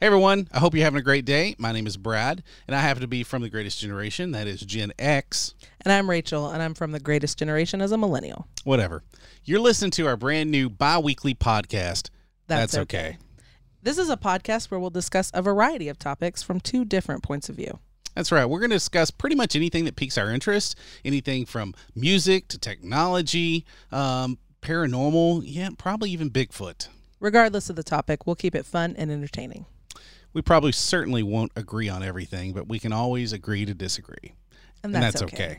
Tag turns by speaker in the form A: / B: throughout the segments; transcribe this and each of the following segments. A: Hey everyone, I hope you're having a great day. My name is Brad, and I happen to be from the greatest generation, that is Gen X.
B: And I'm Rachel, and I'm from the greatest generation as a millennial.
A: Whatever. You're listening to our brand new bi weekly podcast. That's,
B: That's
A: okay.
B: This is a podcast where we'll discuss a variety of topics from two different points of view.
A: That's right. We're going to discuss pretty much anything that piques our interest, anything from music to technology, um, paranormal, yeah, probably even Bigfoot.
B: Regardless of the topic, we'll keep it fun and entertaining.
A: We probably certainly won't agree on everything, but we can always agree to disagree. And
B: And that's,
A: that's, okay.
B: okay.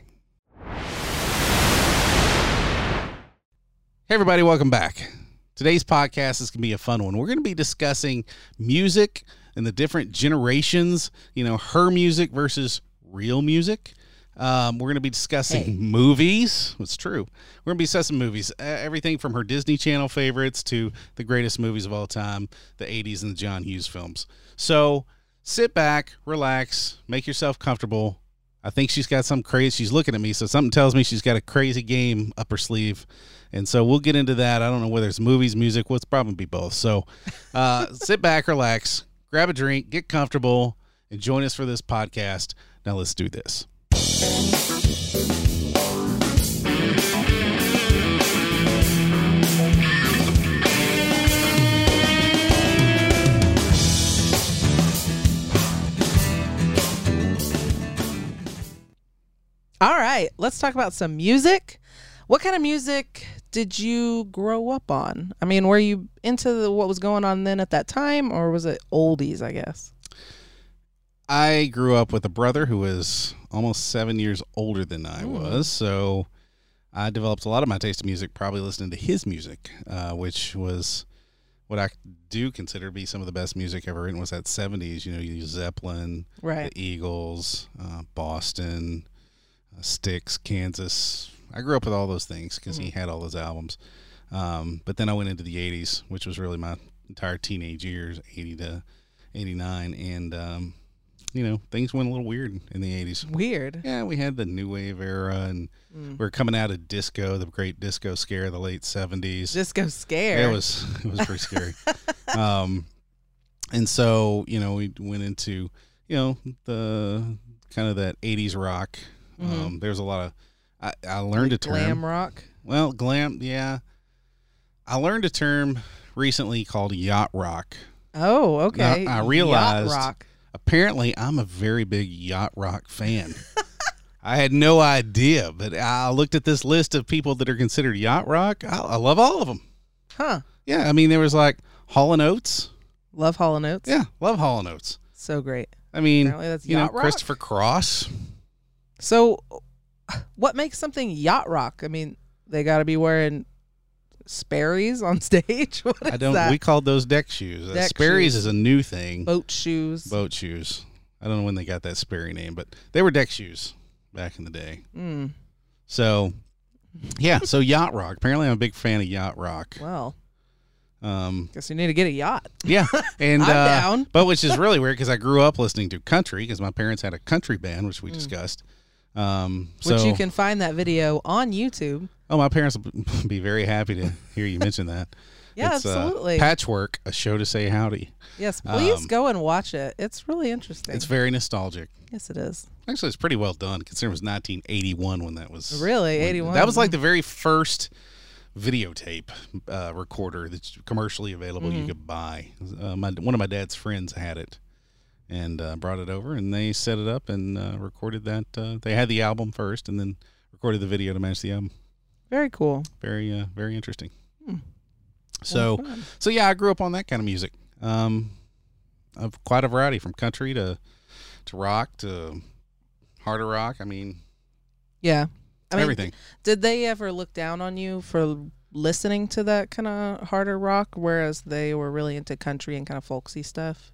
A: Hey, everybody, welcome back. Today's podcast is going to be a fun one. We're going to be discussing music and the different generations, you know, her music versus real music. Um, we're going to be discussing
B: Hey.
A: movies. It's true. We're going to be discussing movies, uh, everything from her Disney Channel favorites to the greatest movies of all time, the 80s and the John Hughes films. So sit back, relax, make yourself comfortable. I think she's got some crazy. She's looking at me, so something tells me she's got a crazy game up her sleeve, and so we'll get into that. I don't know whether it's movies, music. What's probably be both. So, uh, sit back, relax, grab a drink, get comfortable, and join us for this podcast. Now let's do this.
B: All right, let's talk about some music. What kind of music did you grow up on? I mean, were you into the, what was going on then at that time, or was it oldies, I guess?
A: I grew up with a brother who was almost seven years older than I
B: Mm.
A: was, so I developed a lot of my taste in music probably listening to his music, uh, which was what I do consider to be some of the best music ever written. Was that seventies? You know, you Zeppelin,
B: Right.
A: the Eagles, uh, Boston, uh, Styx, Kansas. I grew up with all those things because he had all those albums. Um, but then I went into the 80s, which was really my entire teenage years, 80 to 89. And, um, you know, things went a little weird in the 80s.
B: Weird.
A: Yeah, we had the new wave era and
B: Mm.
A: we were coming out of disco, the great disco scare of the late 70s.
B: Just go
A: Yeah,
B: scared.
A: It was it was pretty scary. um, and so you know we went into you know the kind of that '80s rock. Um, there's a lot of I, I learned a term.
B: glam rock.
A: Well, glam. Yeah, I learned a term recently called yacht rock.
B: Oh, okay.
A: I
B: Yacht
A: realized-
B: rock.
A: Apparently, I'm a very big yacht rock fan. I had no idea, but I looked at this list of people that are considered yacht rock. I, I love all of them.
B: Huh.
A: Yeah, I mean there was like Hall and Oates.
B: Love Hall and Oates.
A: Yeah, love Hall and Oates.
B: So great.
A: I mean,
B: Apparently that's
A: you know,
B: yacht rock.
A: Christopher Cross.
B: So, what makes something yacht rock? I mean, they got to be wearing Sperry's on stage. What is
A: I don't.
B: that?
A: We called those deck shoes. Uh,
B: Deck
A: Sperry's
B: shoes.
A: is a new thing.
B: Boat shoes.
A: Boat shoes. I don't know when they got that Sperry name, but they were deck shoes back in the day.
B: Mm,
A: So, yeah. So yacht rock. Apparently, I'm a big fan of yacht rock.
B: well,
A: Um,
B: guess you need to get a yacht.
A: yeah, and
B: I'm
A: uh,
B: down.
A: but which is really weird because I grew up listening to country because my parents had a country band, which we discussed. Um,
B: Mm. Which
A: so
B: you can find that video on YouTube.
A: Oh, my parents will b- be very happy to hear you mention that.
B: Yeah,
A: It's, uh,
B: absolutely.
A: Patchwork, a show to say howdy.
B: yes, please
A: um,
B: go and watch it. It's really interesting.
A: It's very nostalgic.
B: yes, it is.
A: Actually, it's pretty well done considering it was 1981 when that was.
B: Really,
A: when-
B: 81.
A: That was like the very first videotape uh, recorder that's commercially available
B: Mm-hmm.
A: you could buy. Uh, my, one of my dad's friends had it and uh, brought it over, and they set it up and uh, recorded that. Uh, they had the album first and then recorded the video to match the album.
B: very cool.
A: Very, uh, very interesting.
B: Hmm.
A: So.
B: Well, fun.
A: So yeah, I grew up on that kind of music. Um, of quite a variety from country to to rock to harder rock. I mean,
B: yeah, I mean,
A: everything.
B: Did they ever look down on you for listening to that kind of harder rock, whereas they were really into country and kind of folksy stuff?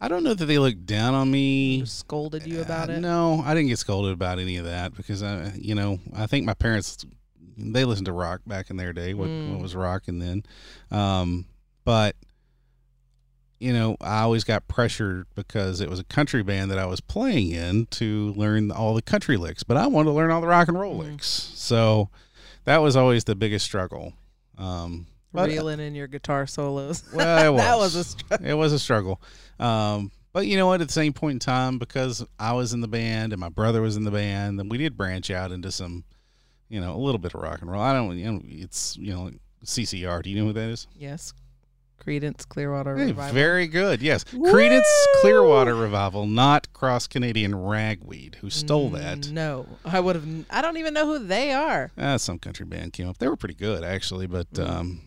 A: I don't know that they looked down on me.
B: Just scolded you about
A: Uh,
B: it?
A: No, I didn't get scolded about any of that because I, you know, I think my parents they listened to rock back in their day. What,
B: Mm.
A: what was rocking then? Um, but you know, I always got pressured because it was a country band that I was playing in to learn all the country licks, but I wanted to learn all the rock and roll
B: Mm.
A: licks. So that was always the biggest struggle. Um, But-
B: reeling in your guitar solos.
A: Well, it was.
B: that was a str-
A: it was a struggle. Um, but you know what? At the same point in time, because I was in the band and my brother was in the band, then we did branch out into some, you know, a little bit of rock and roll. I don't, you know, it's you know, CCR. Do you know who that is?
B: yes. Credence Clearwater
A: Hey,
B: Revival.
A: very good. Yes,
B: Woo!
A: Credence Clearwater Revival, not Cross Canadian Ragweed, who stole that.
B: Mm, No, I would have. I don't even know who they are.
A: Uh, some country band came up. They were pretty good actually, but
B: Mm-hmm.
A: um,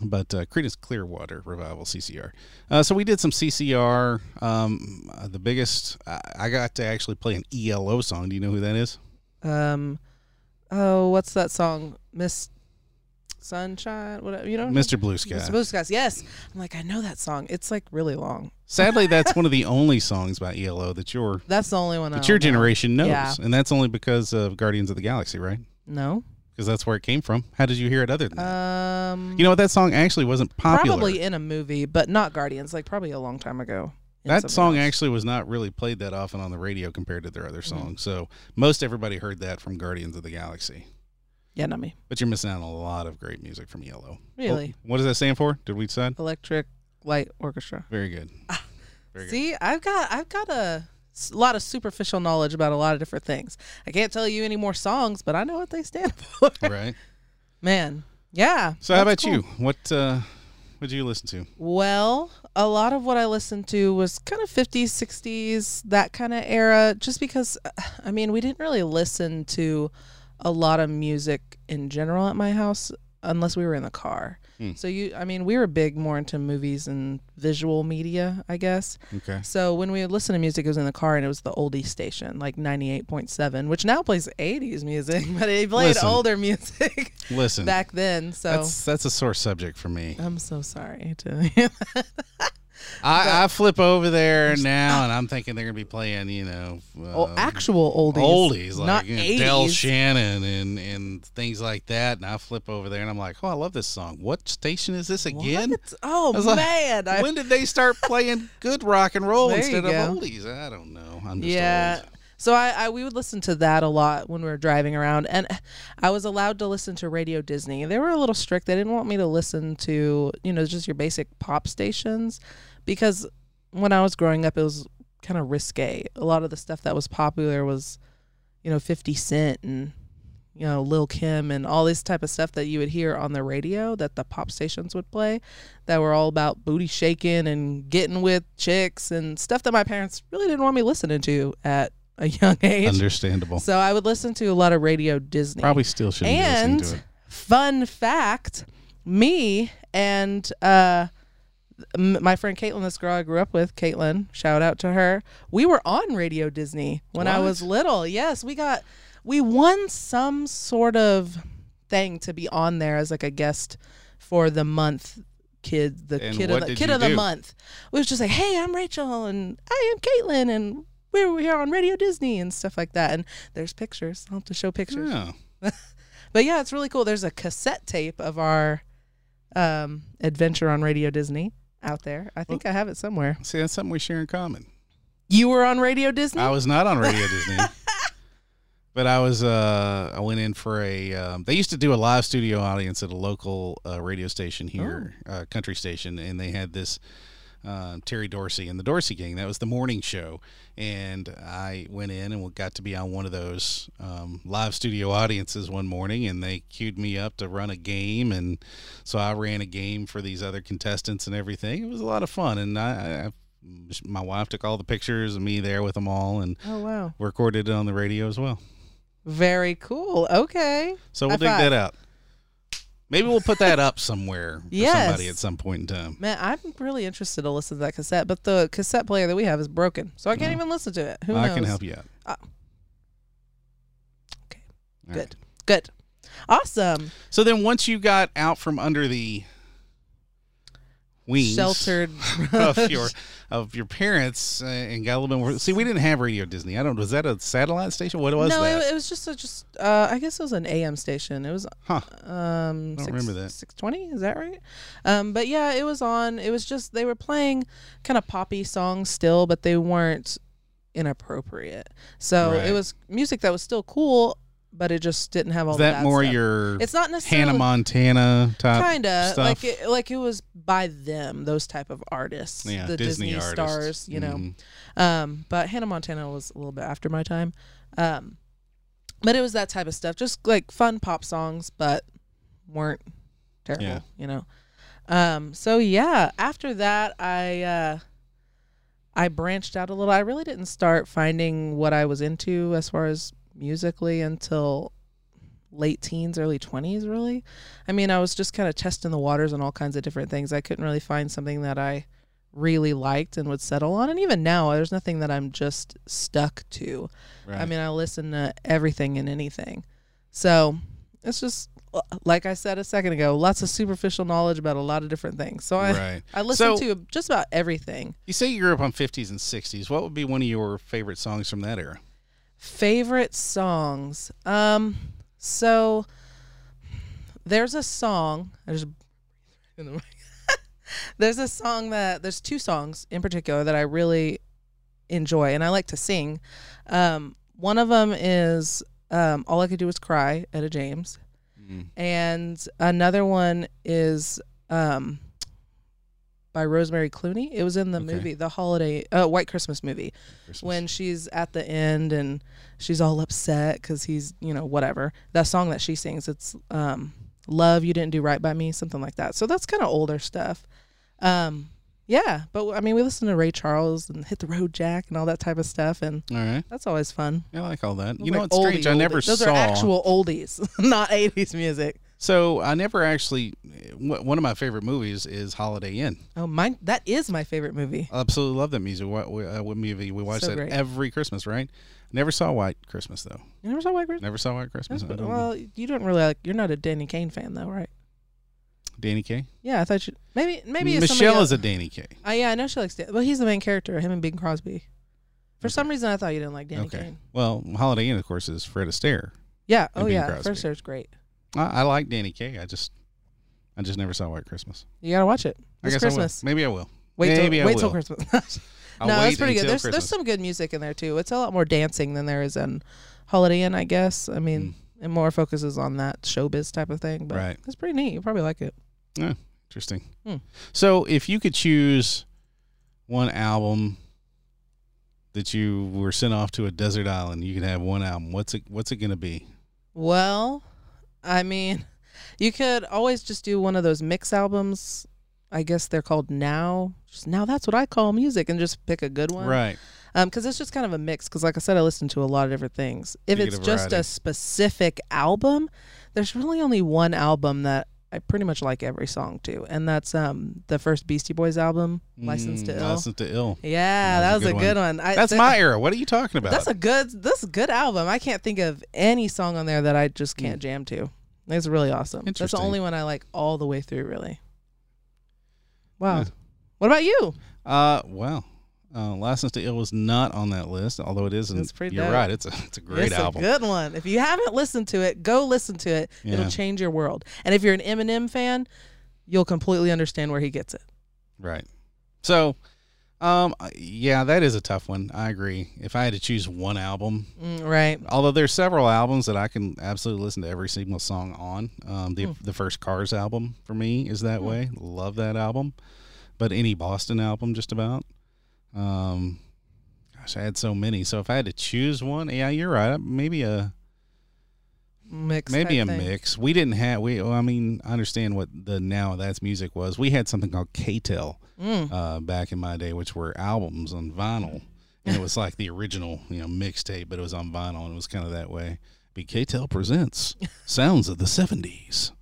A: but uh, Creedence Clearwater Revival CCR. Uh, so we did some CCR. Um, uh, the biggest I, I got to actually play an ELO song. Do you know who that is?
B: Um, oh, what's that song, Miss Sunshine? Whatever you know,
A: Mr. Blue Sky.
B: Miss Blue Skies. Yes, I'm like I know that song. It's like really long.
A: Sadly, that's one of the only songs by ELO that your
B: That's the only one. I
A: that your
B: don't know.
A: generation knows,
B: Yeah.
A: and that's only because of Guardians of the Galaxy, right?
B: No.
A: Because that's where it came from. How did you hear it other than that?
B: Um,
A: You know what? That song actually wasn't popular.
B: probably in a movie, but not Guardians. Like probably a long time ago. in
A: That
B: something
A: song
B: else. Mm-hmm.
A: actually was not really played that often on the radio compared to their other songs. So most everybody heard that from Guardians of the Galaxy.
B: Yeah, not me.
A: But you're missing out on a lot of great music from Yellow.
B: Really,
A: Oh, what does that stand for? Did we decide?
B: Electric Light Orchestra.
A: Very good. Very good.
B: Ah, See, I've got I've got a s- lot of superficial knowledge about a lot of different things. I can't tell you any more songs, but I know what they stand for.
A: Right.
B: Man, yeah.
A: So how about
B: that's cool.
A: you? What uh would you listen to?
B: Well, a lot of what I listened to was kind of 50s, 60s, that kind of era, just because, uh, I mean, we didn't really listen to a lot of music in general at my house unless we were in the car.
A: Hmm.
B: So, you, I mean, we were big more into movies and visual media, I guess.
A: Okay.
B: So, when we would listen to music, it was in the car and it was the oldie station, like 98.7, which now plays 80s music, but it played
A: Listen.
B: older music
A: Listen.
B: back Uh, then. So,
A: that's that's a sore subject for me.
B: I'm so sorry to.
A: I, I flip over there now, and I'm thinking they're gonna be playing, you know,
B: Oh,
A: um,
B: actual oldies.
A: oldies like
B: not
A: you know, Del
B: 80s.
A: Shannon and and things like that. And I flip over there and I'm like, oh, I love this song. What station is this again?
B: What? Oh
A: was like,
B: man! I,
A: When did they start playing good rock and roll
B: There
A: instead
B: you
A: of
B: go.
A: oldies? I don't know. I'm just
B: yeah.
A: old.
B: So I, I we would listen to that a lot when we were driving around, and I was allowed to listen to Radio Disney. They were a little strict. They didn't want me to listen to you know just your basic pop stations, because when I was growing up, it was kind of risque. A lot of the stuff that was popular was, you know, Fifty Cent and you know Lil Kim and all this type of stuff that you would hear on the radio that the pop stations would play, that were all about booty shaking and getting with chicks and stuff that my parents really didn't want me listening to at a young age.
A: Understandable.
B: so I would listen to a lot of radio Disney.
A: Probably still shouldn't be listening
B: And
A: to
B: fun fact, me and uh, m- my friend Caitlin, this girl I grew up with, Caitlin, shout out to her. We were on Radio Disney when I
A: What?
B: was little. Yes, we got we won some sort of thing to be on there as like a guest for the month kid the
A: And
B: kid
A: what
B: of the
A: did
B: kid
A: you
B: of the
A: do?
B: month we was just like hey i'm rachel and i am caitlin and we're, we're on radio disney and stuff like that and there's pictures i'll have to show pictures
A: it. Yeah.
B: but yeah, it's really cool. There's a cassette tape of our um, adventure on Radio Disney out there. I think I have it somewhere.
A: See, that's something we share in common.
B: You were on Radio Disney?
A: I was not on Radio Disney. But I was, uh, I went in for a. Um, they used to do a live studio audience at a local uh, radio station here, uh, country station, and they had this um, Terry Dorsey and the Dorsey Gang. That was the morning show, and I went in and got to be on one of those um, live studio audiences one morning, and they queued me up to run a game, and so I ran a game for these other contestants and everything. It was a lot of fun, and I, I my wife took all the pictures of me there with them all, and
B: oh, wow.
A: recorded it on the radio as well.
B: Very cool. Okay.
A: So we'll
B: High
A: dig
B: five.
A: that out. Maybe we'll put that up somewhere for somebody
B: Yes.
A: at some point in time.
B: Man, I'm really interested to listen to that cassette, but the cassette player that we have is broken, so I can't
A: Oh.
B: even listen to it. Who
A: I
B: knows?
A: can help you out.
B: Ah. Okay.
A: All
B: Good.
A: right.
B: Good. Awesome.
A: So then, once you got out from under the wings
B: Sheltered.
A: of your of your parents uh, and got a little bit more, see, we didn't have Radio Disney. I don't. Was that a satellite station? What was
B: no,
A: that?
B: It, it was just a just. Uh, I guess it was an AM station. It was
A: Huh.
B: Um,
A: I don't
B: six,
A: remember that.
B: Six twenty, is that right? Um, but yeah, it was on. It was just they were playing kind of poppy songs still, but they weren't inappropriate. So
A: Right.
B: it was music that was still cool but it just didn't have all
A: Is
B: the
A: that
B: bad
A: more
B: stuff.
A: your
B: It's not necessarily
A: Hannah Montana type?
B: kinda
A: stuff.
B: like it, like it was by them those type of artists,
A: yeah,
B: the Disney,
A: artists.
B: stars, you know.
A: Mhm.
B: Um, but Hannah Montana was a little bit after my time. Um, but it was that type of stuff, just like fun pop songs, but weren't terrible,
A: Yeah.
B: you know. Um, so yeah, after that, I uh, I branched out a little. I really didn't start finding what I was into as far as musically until late teens, early twenties. Really, I mean, I was just kind of testing the waters on all kinds of different things. I couldn't really find something that I really liked and would settle on. And even now, there's nothing that I'm just stuck to.
A: Right.
B: I mean, I listen to everything and anything. So it's just l- like I said a second ago, lots of superficial knowledge about a lot of different things. So I
A: right.
B: I listen
A: So-
B: to just about everything.
A: You say you grew up on 50s and 60s. What would be one of your favorite songs from that era?
B: Favorite songs. Um, so there's a song. I just in the mic. there's a song that there's two songs in particular that I really enjoy and I like to sing. Um, one of them is um, "All I Could Do Was Cry" Etta James. and another one is um by Rosemary Clooney. It was in the
A: Okay.
B: movie, the holiday, uh, White Christmas movie,
A: Christmas.
B: when she's at the end and she's all upset because he's, you know, whatever. That song that she sings, it's um, "Love You Didn't Do Right by Me," something like that. So that's kind of older stuff. Um, yeah, but I mean, we listen to Ray Charles and Hit the Road Jack and all that type of stuff, and
A: All right.
B: that's always fun.
A: I like all that.
B: Those
A: You know
B: are
A: what's strange?
B: oldie,
A: I never
B: oldie- Those
A: saw.
B: are actual oldies, not '80s music.
A: so I never actually. wh- One of my favorite movies is Holiday Inn.
B: Oh, mine. That is my favorite movie.
A: I absolutely love that music. What, we- uh, what movie? We watch
B: So
A: that
B: great.
A: every Christmas, right? Never saw White Christmas though.
B: You never saw White Christmas?
A: Never saw White Christmas. I don't know.
B: Well, you don't really like. You're not a Danny Kane fan, though, right?
A: Danny Kaye.
B: Yeah, I thought you. Maybe, maybe it's somebody
A: Michelle
B: else.
A: is a Danny Kaye.
B: Uh, yeah, I know she likes. Dan- well, he's the main character. Him and Bing Crosby. For some reason, I thought you didn't like Danny
A: Okay.
B: Kane.
A: Well, Holiday Inn, of course, is Fred Astaire.
B: Yeah.
A: And
B: Oh
A: Bing
B: yeah.
A: Crosby.
B: First Search, great.
A: I, I like Danny Kaye. I just, I just never saw White Christmas.
B: You gotta watch it
A: I
B: this
A: guess I
B: Christmas.
A: will. Maybe I will.
B: Wait till
A: Maybe I
B: wait till
A: will.
B: Christmas.
A: I'll
B: no,
A: wait
B: that's pretty good.
A: until
B: There's
A: Christmas.
B: there's some good music in there too. It's a lot more dancing than there is in Holiday Inn, I guess. I mean, it more focuses on that showbiz type of thing, but
A: Hmm. Right.
B: it's pretty neat. You probably like it.
A: Interesting.
B: Hmm.
A: So, if you could choose one album that you were sent off to a desert island, you could have one album. What's it? What's it going to be?
B: Well, I mean, you could always just do one of those mix albums. I guess they're called now. Just now, that's what I call music, and just pick a good one.
A: Right.
B: Um, because it's just kind of a mix. Because like I said, I listen to a lot of different things. If
A: You get
B: it's
A: a
B: just a
A: variety.
B: specific album, there's really only one album that I pretty much like every song to, and that's um the first Beastie Boys album, License to
A: Mm,
B: Ill.
A: License to Ill.
B: Yeah, that was a good one. I,
A: That's
B: that-
A: my era. What are you talking about?
B: that's a good. That's a good album. I can't think of any song on there that I just can't jam to. It's really awesome. That's
A: Hmm.
B: the
A: Interesting.
B: only one I like all the way through. Really. Wow.
A: Yeah.
B: What about you?
A: uh, wow. Uh, License to Ill was not on that list, although it is. an-
B: It's pretty
A: You're
B: dope.
A: right. It's a it's a great
B: it's
A: album.
B: a good one. If you haven't listened to it, go listen to it.
A: Yeah.
B: It'll change your world. And if you're an Eminem fan, you'll completely understand where he gets it.
A: Right. So, um, yeah, that is a tough one. I agree. If I had to choose one album,
B: Mm, right.
A: although there's several albums that I can absolutely listen to every single song on. Um, the
B: Hmm.
A: the first Cars album for me is that
B: Hmm.
A: way. Love that album, but any Boston album, just about. Um, gosh, I had so many. So if I had to choose one, yeah, you're right. Maybe a
B: Mix.
A: maybe a
B: type thing.
A: mix. We didn't have we. Well, I mean, I understand what the now that's music was. We had something called KTEL
B: Mm.
A: uh, back in my day, which were albums on vinyl. And it was like the original, you know, mixtape, but it was on vinyl and it was kind of that way. BKTEL presents Sounds of the 70s.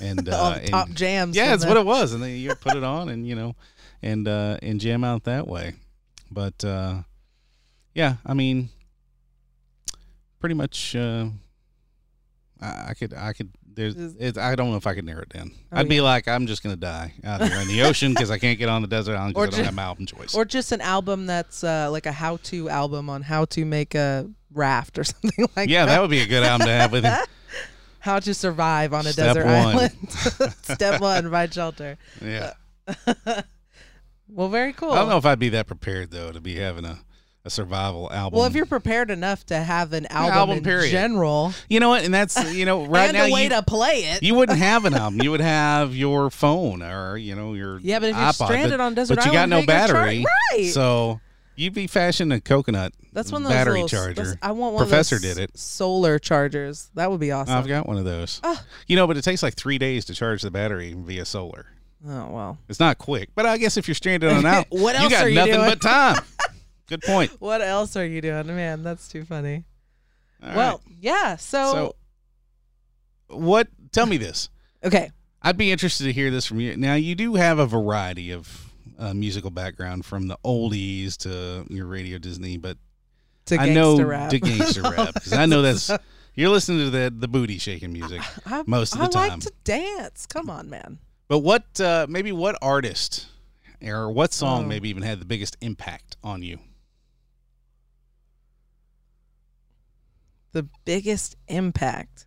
A: And,
B: all
A: uh,
B: the
A: and-
B: top jams.
A: yeah,
B: from
A: it's
B: the-
A: what it was. And then you put it on and, you know, and, uh, and jam out that way. But, uh, yeah, I mean, pretty much, uh, I I could, I could. There's,
B: Is-
A: it's, I don't know if I could narrow it down.
B: Oh,
A: I'd be like, I'm just gonna die out here in the ocean because I can't get on the desert island
B: Or
A: because I don't
B: ju-
A: have my album choice.
B: Or just an album that's uh, like a how-to album on how to make a raft or something like
A: yeah,
B: that.
A: that would be a good album to have with him.
B: How to survive on a
A: Step
B: desert
A: one.
B: island. Step one, find shelter.
A: Yeah,
B: well, very cool.
A: I don't know if I'd be that prepared though to be having a, a survival album.
B: Well, if you're prepared enough to have an album,
A: album
B: in
A: period.
B: general
A: you know what, and that's you know right
B: and
A: now
B: a way
A: you,
B: to play it,
A: you wouldn't have an album. You would have your phone or you know your
B: Yeah, but if you're
A: iPod,
B: stranded
A: but,
B: on desert
A: but you got
B: island,
A: no
B: you ain't gonna
A: battery,
B: charge- right.
A: So you'd be fashioning a coconut.
B: that's one of those
A: battery
B: little,
A: charger.
B: that's- I want one.
A: Professor
B: of those
A: did it.
B: Solar chargers. That would be awesome.
A: I've got one of those. You know, but it takes like three days to charge the battery via solar.
B: oh well.
A: It's not quick, but I guess if you're stranded on an island,
B: What else
A: you got
B: are you
A: nothing
B: doing?
A: but time. Good point.
B: What else are you doing, man? That's too funny.
A: All right.
B: well, yeah. So,
A: so what? Tell me this.
B: okay,
A: I'd be interested to hear this from you. Now, you do have a variety of uh, musical background from the oldies to your Radio Disney, but
B: to
A: I
B: gangsta
A: know
B: rap.
A: to gangster rap because I know that's you're listening to the the booty shaking music
B: I,
A: most of
B: I
A: the time.
B: like to dance. Come on, man.
A: But what uh, maybe what artist or what song
B: Oh.
A: maybe even had the biggest impact on you?
B: The biggest impact,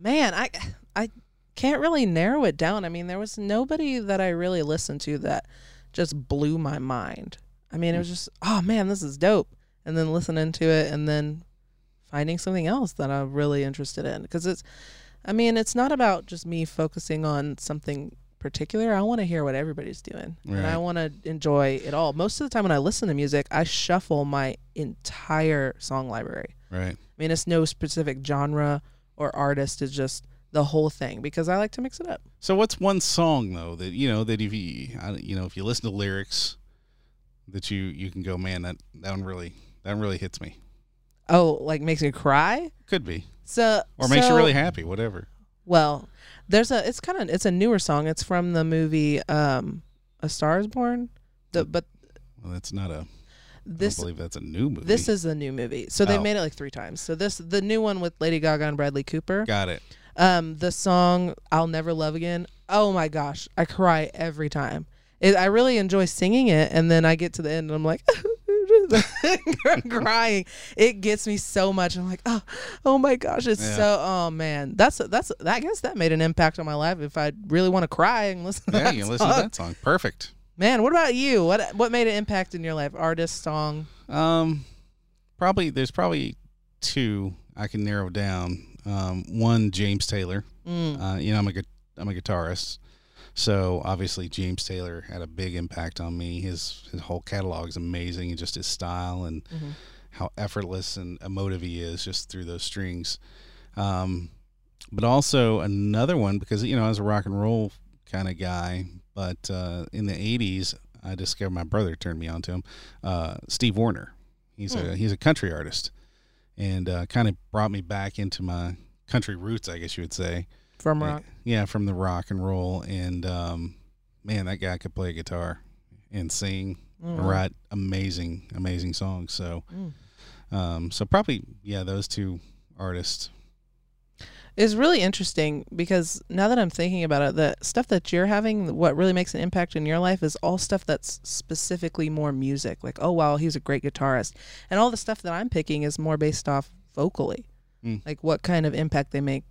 B: man. I I can't really narrow it down. I mean, there was nobody that I really listened to that just blew my mind. I mean, it was just oh man, this is dope. And then listening to it, and then finding something else that I'm really interested in because it's. I mean, it's not about just me focusing on something particular. I want to hear what everybody's doing. And
A: Right.
B: I want to enjoy it all. Most of the time when I listen to music, I shuffle my entire song library.
A: Right.
B: I mean, it's no specific genre or artist. It's just the whole thing because I like to mix it up.
A: So what's one song though that you know that if you I- you know if you listen to lyrics that you you can go man that that one really that one really hits me.
B: Oh, like makes me cry.
A: Could be
B: So
A: or makes you
B: so-
A: really happy. Whatever.
B: well. There's a. It's kind of. It's a newer song. It's from the movie um, A Star Is Born. The, but
A: Well, that's not a.
B: this
A: I Mm. don't believe that's a new movie.
B: This is the new movie. So they
A: Oh.
B: made it like three times. So this the new one with Lady Gaga and Bradley Cooper.
A: got it.
B: Um, the song "I'll Never Love Again." Oh my gosh, I cry every time. It, I really enjoy singing it, and then I get to the end and I'm like. crying it gets me so much i'm like oh oh my gosh it's
A: Yeah.
B: so oh man that's that's i guess that made an impact on my life if i really want to cry and listen to
A: Yeah,
B: that
A: you can listen to
B: song.
A: that song. Perfect.
B: man what about you what what made an impact in your life artist song
A: Um, probably there's probably two I can narrow down. Um, one James Taylor.
B: Mm.
A: Uh, you know, I'm a gu- I'm a guitarist, so obviously James Taylor had a big impact on me. His his whole catalog is amazing, and just his style and
B: Mhm.
A: how effortless and emotive he is just through those strings. Um, but also another one because you know I was a rock and roll kind of guy, but uh, in the '80s I discovered my brother turned me on to him. Uh, Steve Warner, he's a he's a country artist, and uh, kind of brought me back into my country roots, I guess you would say.
B: from
A: Yeah.
B: rock
A: Yeah, from the rock and roll. And um, man, that guy could play guitar and sing,
B: Mm.
A: and write amazing, amazing songs. So,
B: Mm.
A: um, so probably yeah, those two artists.
B: It's really interesting because now that I'm thinking about it, the stuff that you're having, what really makes an impact in your life is all stuff that's specifically more music. Like, oh, wow, he was a great guitarist. And all the stuff that I'm picking is more based off vocally.
A: Mm.
B: Like, what kind of impact they make,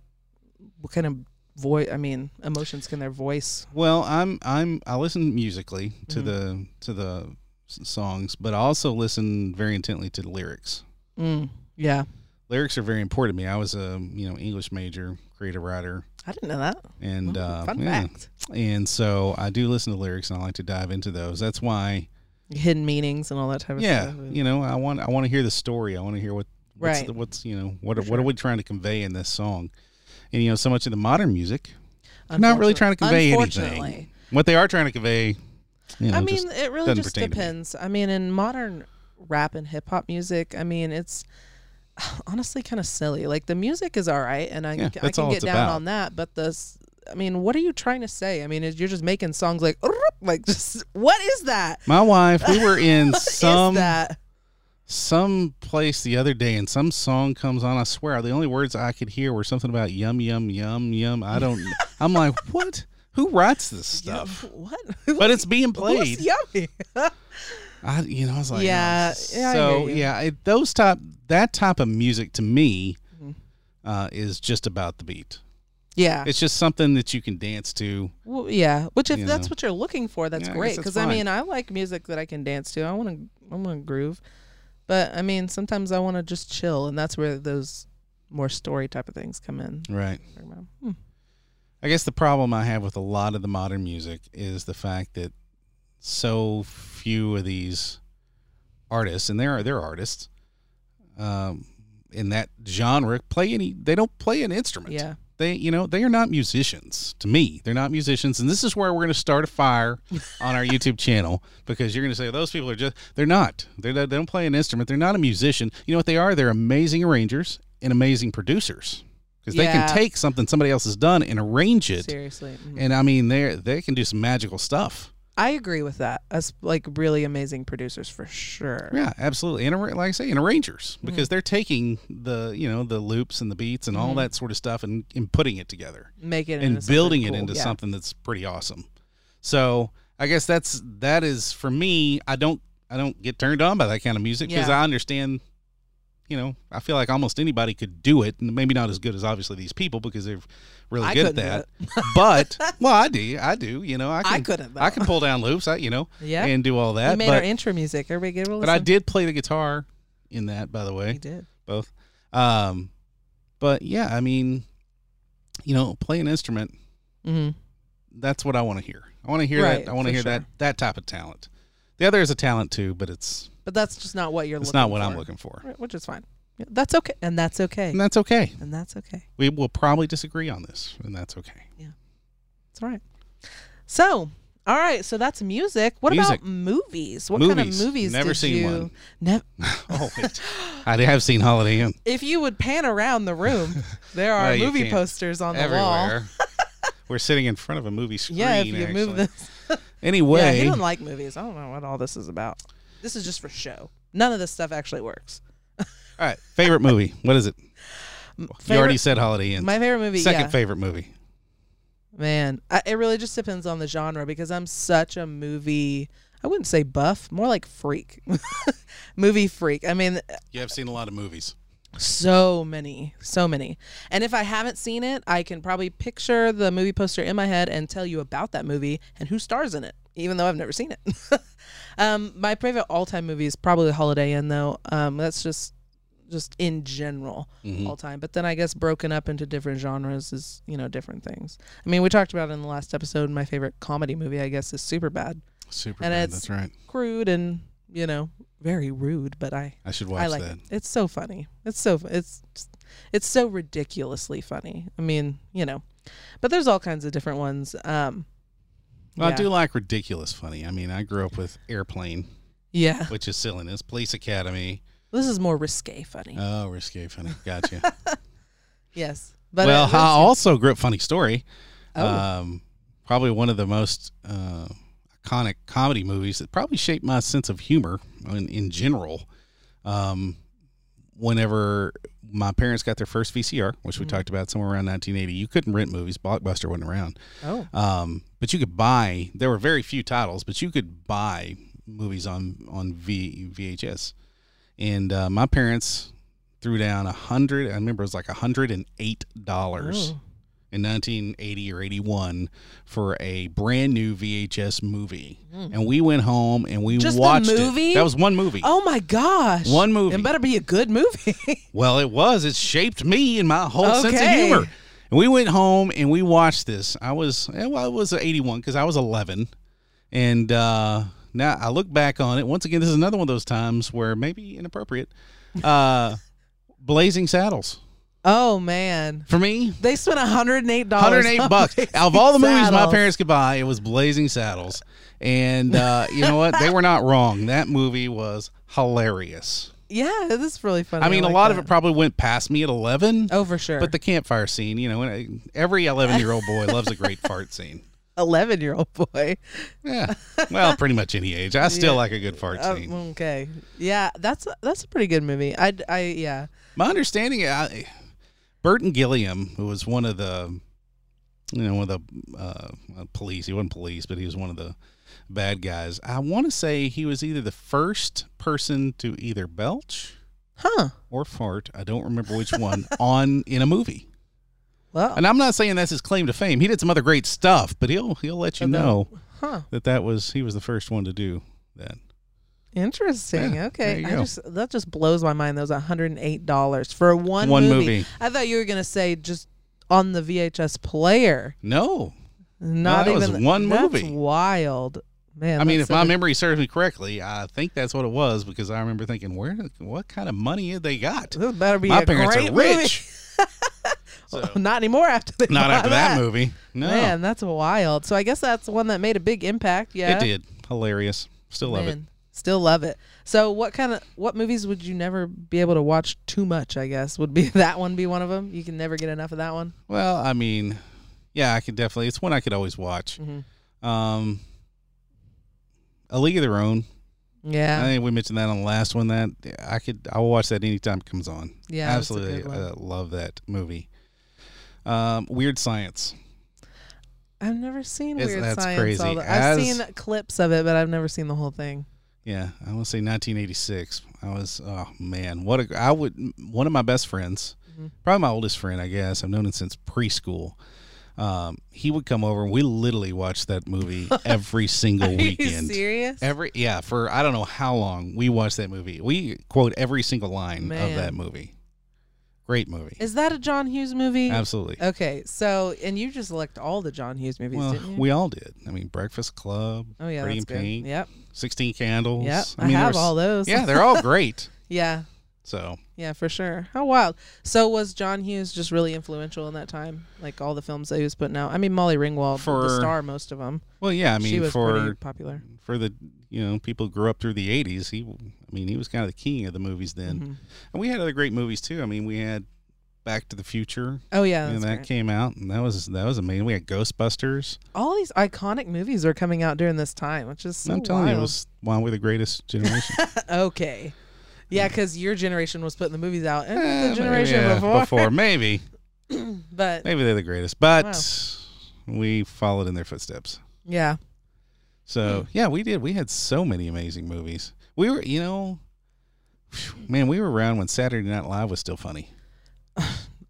B: what kind of voice, I mean, emotions can their voice.
A: Well, I'm I'm I listen musically to
B: Mhm.
A: the to the s- songs, but I also listen very intently to the lyrics.
B: Mm. Yeah.
A: Lyrics are very important to me. I was a you know English major, creative writer,
B: I didn't know that.
A: and
B: Wow,
A: uh,
B: Mm, Fun
A: yeah.
B: fact.
A: And so I do listen to lyrics, and I like to dive into those. That's why
B: Hidden meanings and all that type of
A: yeah
B: stuff.
A: you know i want i want to hear the story i want to hear what what's,
B: Right.
A: the, what's you know what
B: For
A: what are
B: sure.
A: we trying to convey in this song and you know so much of the modern music they're not really trying to convey
B: Unfortunately.
A: anything what they are trying to convey you know,
B: I mean,
A: just,
B: it really
A: doesn't
B: just
A: pertain to me.
B: depends. I mean, in modern rap and hip hop music, I mean, it's honestly kind of silly. Like the music is all right, and I,
A: Yeah,
B: I
A: that's all
B: can get
A: it's
B: down
A: about.
B: on that. But the, s- I mean, what are you trying to say? I mean, is- you're just making songs like, like just what is that?
A: my wife we were in
B: What is
A: some
B: that?
A: some place the other day and some song comes on i swear the only words i could hear were something about yum yum yum yum i don't i'm like what who writes this stuff
B: Yum, what?
A: but it's being
B: What's
A: played
B: yummy.
A: I, you know, I was like,
B: Yeah,
A: oh,
B: yeah, I
A: so
B: hear you.
A: yeah, it, those type that type of music to me
B: Mm-hmm.
A: uh, is just about the beat.
B: yeah,
A: It's just something that you can dance to.
B: well, yeah. Which if
A: You
B: that's
A: know.
B: what you're looking for, that's
A: Yeah, I guess
B: great.
A: that's
B: Because I
A: fine.
B: mean, I like music that I can dance to. I want to, I want to groove. But I mean, sometimes I want to just chill, and that's where those more story type of things come in.
A: Right.
B: Talking about, hmm.
A: I guess the problem I have with a lot of the modern music is the fact that so few of these artists, and there are there are artists um, in that genre, play any. They don't play an instrument.
B: Yeah.
A: They, you know, they are not musicians to me. They're not musicians, and this is where we're going to start a fire on our YouTube channel because you're going to say those people are just—they're not. They're, not- they don't play an instrument. They're not a musician. You know what they are? They're amazing arrangers and amazing producers because they
B: Yeah.
A: can take something somebody else has done and arrange it.
B: Seriously. mhm.
A: And I mean, they they can do some magical stuff.
B: I agree with that. As like really amazing producers for sure.
A: Yeah, absolutely. And arra- like I say, and arrangers
B: Hmm.
A: because they're taking the you know the loops and the beats and
B: Hmm.
A: all that sort of stuff and, and putting it together
B: Make it
A: and
B: into something
A: building it
B: cool.
A: into
B: Yeah.
A: something that's pretty awesome. So I guess that's that is for me. I don't I don't get turned on by that kind of music because
B: Yeah.
A: I understand. You know, I feel like almost anybody could do it, and maybe not as good as obviously these people because they're really
B: I
A: good at
B: couldn't do
A: that. but well, I do, I do. You know, I can,
B: I couldn't. Though.
A: I can pull down loops, I, you know,
B: Yeah.
A: and do all
B: We
A: that.
B: made our
A: But,
B: intro music. Everybody get a listen.
A: but I did play the guitar in that, by the
B: We
A: way,
B: did.
A: both. Um, but yeah, I mean, you know, play an instrument.
B: Mhm.
A: That's what I want to hear. I want to hear
B: Right,
A: that. I want
B: for
A: to hear that that type of talent. The other is a talent too, but it's
B: But that's just not what you're
A: it's
B: looking
A: not what
B: for.
A: I'm looking for,
B: Right, Which is fine. Yeah, that's okay. And that's okay.
A: and that's okay.
B: And that's okay.
A: We will probably disagree on this, and that's okay.
B: It's all right. So, all right. So that's music. What
A: Music.
B: about movies? What kind of
A: Movies.
B: movies
A: Never
B: did
A: seen
B: you
A: one.
B: nev-
A: oh wait, I have seen Holiday Inn
B: if you would pan around the room, there are
A: Well, you
B: movie
A: can't.
B: posters on the wall.
A: everywhere. We're sitting in front of a movie screen.
B: Yeah, if you
A: actually.
B: move this.
A: Anyway,
B: Yeah, he don't like movies. I don't know what all this is about. This is just for show. None of this stuff actually works.
A: All right, favorite movie. What is it? you already
B: Favorite-
A: said Holiday Inn.
B: my favorite movie.
A: Second
B: yeah.
A: favorite movie.
B: Man, I, it really just depends on the genre because I'm such a movie. I wouldn't say buff, more like freak. movie freak. I mean,
A: You have seen a lot of movies.
B: so many, so many. And if I haven't seen it, I can probably picture the movie poster in my head and tell you about that movie and who stars in it, even though I've never seen it. um, my favorite all-time movie is probably Holiday Inn, though. Um, that's just just in general all time. But then I guess broken up into different genres is you know different things. I mean, we talked about it in the last episode. My favorite comedy movie, I guess, is Superbad.
A: Super.
B: And it's-
A: that's right.
B: Crude and you know very rude, but I
A: I should watch
B: I like
A: that.
B: it. It's so funny. It's so fu- it's just- it's so ridiculously funny. I mean, you know, but there's all kinds of different ones. Um,
A: Well, I
B: yeah.
A: do like ridiculous funny. I mean, I grew up with Airplane,
B: Yeah,
A: which is silliness. Police Academy.
B: this is more risque funny.
A: Oh, risque funny. Gotcha.
B: yes, but
A: well,
B: it
A: I
B: was-
A: also grew up funny story.
B: Oh.
A: Um, probably one of the most uh, iconic comedy movies that probably shaped my sense of humor in, in general. Um, whenever my parents got their first VCR, which we talked about somewhere around 1980, you couldn't rent movies. Blockbuster wasn't around.
B: oh,
A: Um, but you could buy. There were very few titles, but you could buy movies on on v, VHS. And uh, my parents threw down a hundred. I remember it was like a hundred and eight dollars
B: Oh.
A: in 1980 or 81 for a brand new VHS movie. And we went home and we
B: Mm. Just the
A: watched
B: movie?
A: it. That was one movie.
B: oh my gosh,
A: One movie.
B: It better be a good movie.
A: Well, it was. It shaped me and my whole sense of
B: Okay.
A: humor. And we went home and we watched this. I was eh, well, it was 81 because I was 11, and uh, now I look back on it. Once again, this is another one of those times where maybe inappropriate. Uh, Blazing Saddles
B: oh man,
A: for me.
B: they spent hundred and eight dollars.
A: 108 bucks. Out of all the movies my
B: Saddles.
A: parents could buy, it was Blazing Saddles. And uh, you know what? They were not wrong. That movie was hilarious.
B: Yeah, this is really funny.
A: I mean, a lot of it probably went past me at 11.
B: Oh, for sure.
A: But the campfire scene, you know, and I- every 11 year old boy loves a great fart scene.
B: eleven-year-old boy.
A: Yeah. Well, pretty much any age. I still like a good fart
B: Um,
A: scene.
B: okay, yeah, that's that's a pretty good movie. I, I yeah.
A: My understanding, I, Burton Gilliam, who was one of the, you know, one of the uh, uh, police, he wasn't police, but he was one of the bad guys. I want to say he was either the first person to either belch
B: Huh.
A: or fart. I don't remember which one on in a movie.
B: Well,
A: And I'm not saying that's his claim to fame. He did some other great stuff, but he'll he'll let you
B: Okay.
A: know.
B: huh.
A: that that was he was the first one to do that.
B: Interesting.
A: Yeah, there
B: okay.
A: you
B: I
A: go.
B: just that just blows my mind. Those $108 for one,
A: One
B: movie.
A: movie.
B: I thought you were going to say just on the VHS player.
A: No.
B: Not
A: that was
B: even
A: one
B: that's
A: movie.
B: wild. Man.
A: I mean,
B: that's
A: if my
B: such a-
A: memory serves me correctly, I think that's what it was because I remember thinking, where, what kind of money did they got?
B: this better be
A: My
B: a
A: parents
B: great
A: are rich.
B: movie.
A: So,
B: Not anymore after they
A: not
B: bought
A: after that, movie. No,
B: Man, that's wild. So I guess that's the one that made a big impact. Yeah.
A: it did. Hilarious. Still love it.
B: Man, Still love it. So what kind of what movies would you never be able to watch too much, I guess? Would be that one be one of them? You can never get enough of that one.
A: Well, I mean, yeah, I could definitely. It's one I could always watch.
B: Mhm.
A: Um, A League of Their Own. I
B: Yeah.
A: think we mentioned that on the last one. That I could, I will watch that anytime it comes on.
B: yeah. that's a good
A: absolutely,
B: one.
A: uh, love that movie. Um, Weird Science.
B: I've never seen
A: It's-
B: Weird
A: that's
B: Science.
A: crazy.
B: although-
A: As-
B: I've seen clips of it, but I've never seen the whole thing.
A: Yeah, I want to say 1986. I was, oh man, what a, I would, one of my best friends,
B: Mhm.
A: probably my oldest friend, I guess. I've known him since preschool. Um, he would come over and we literally watched that movie every single
B: Are you
A: weekend.
B: serious?
A: Every yeah, for I don't know how long we watched that movie. We quote every single line of
B: Man.
A: that movie. Great movie,
B: Is that a John Hughes movie?
A: absolutely.
B: Okay, so and you just liked all the John Hughes movies,
A: well,
B: didn't you?
A: we all did. I mean, Breakfast Club,
B: oh yeah,
A: Pretty
B: that's
A: in
B: good.
A: Pink,
B: Yep,
A: Sixteen Candles.
B: yep. I,
A: mean, there
B: have
A: was-
B: all those.
A: Yeah, they're all great.
B: yeah,
A: So
B: yeah, for sure. How wild! So was John Hughes just really influential in that time? Like all the films that he was putting out. I mean, Molly Ringwald,
A: For-
B: the star, most of them.
A: well, yeah. I
B: she
A: mean,
B: was pretty
A: for
B: popular.
A: for the you know people who grew up through the '80s, he I mean he was kind of the king of the movies then.
B: Mhm.
A: And we had other great movies too. I mean, we had Back to the Future,
B: Oh yeah,
A: and
B: that's
A: that
B: great.
A: came out, and that was that was amazing. We had Ghostbusters.
B: all these iconic movies are coming out during this time, which is so
A: I'm telling you, it
B: wild.
A: was one of the greatest generation.
B: okay. Yeah, because your generation was putting the movies out, and
A: Eh,
B: the
A: maybe,
B: generation
A: yeah,
B: before.
A: maybe,
B: But
A: maybe they're the greatest, but we followed in their footsteps.
B: yeah,
A: So yeah, we did. We had so many amazing movies. We were, you know, phew, man, we were around when Saturday Night Live was still funny.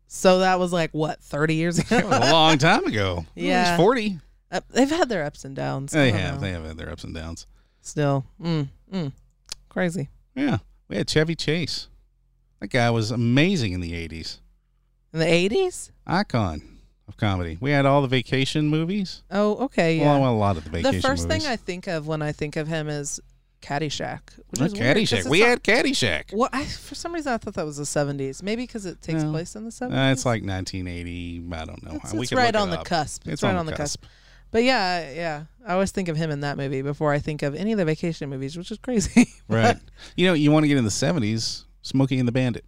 B: so that was like what thirty years
A: It was
B: ago.
A: a long time ago. It was
B: Yeah.
A: forty.
B: Uh, They've had their ups and downs. I
A: They
B: don't
A: have.
B: know.
A: They have had their ups and downs.
B: Still, mm, mm, crazy.
A: Yeah, we had Chevy Chase. That guy was amazing in the '80s.
B: In the eighties?
A: Icon of comedy. We had all the vacation movies.
B: Oh, okay.
A: Well, I
B: Yeah.
A: want a lot of the vacation.
B: the first
A: movies.
B: thing I think of when I think of him is Caddyshack. Which
A: Oh,
B: is weird 'cause
A: Caddyshack.
B: it's
A: We
B: not-
A: had Caddyshack.
B: Well, I, for some reason I thought that was the seventies. Maybe because it takes
A: No.
B: place in the seventies.
A: Uh, it's like 1980. I don't know.
B: It's,
A: We
B: it's
A: could
B: right
A: look it
B: on the
A: up.
B: cusp. It's, right on the cusp. But yeah, yeah. I always think of him in that movie before I think of any of the vacation movies, which is crazy. But
A: Right. you know, you want to get in the 70s, Smokey and the Bandit.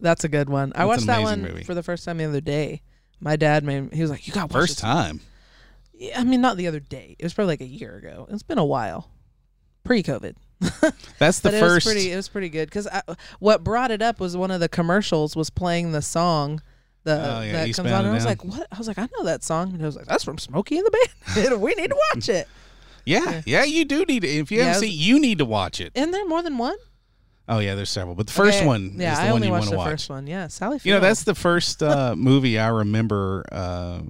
B: That's a good one. I
A: That's
B: watched
A: an
B: that one
A: amazing movie.
B: for the first time the other day. My dad made he was like, "You got
A: First time.
B: Yeah, I mean, not the other day. It was probably like a year ago. It's been a while, pre-COVID.
A: That's the
B: but
A: first.
B: it was pretty. It was pretty good because what brought it up was one of the commercials was playing the song. The,
A: Oh, yeah,
B: that
A: Eastbound
B: comes on,
A: and
B: and I was
A: Down.
B: like, "What?" I was like, "I know that song," and I was like, "That's from Smokey and the Bandit. we need to watch it."
A: yeah, yeah, you do need to. If you
B: Yeah,
A: haven't
B: it was-
A: seen, you need to watch it.
B: Isn't there more than one?
A: Oh yeah, there's several, but the first
B: Okay,
A: one
B: Yeah,
A: is the
B: I
A: one
B: only
A: you want
B: watched
A: to
B: the
A: watch.
B: first one. Yeah, Sally. Field.
A: You know, that's the first uh, movie I remember. Uh,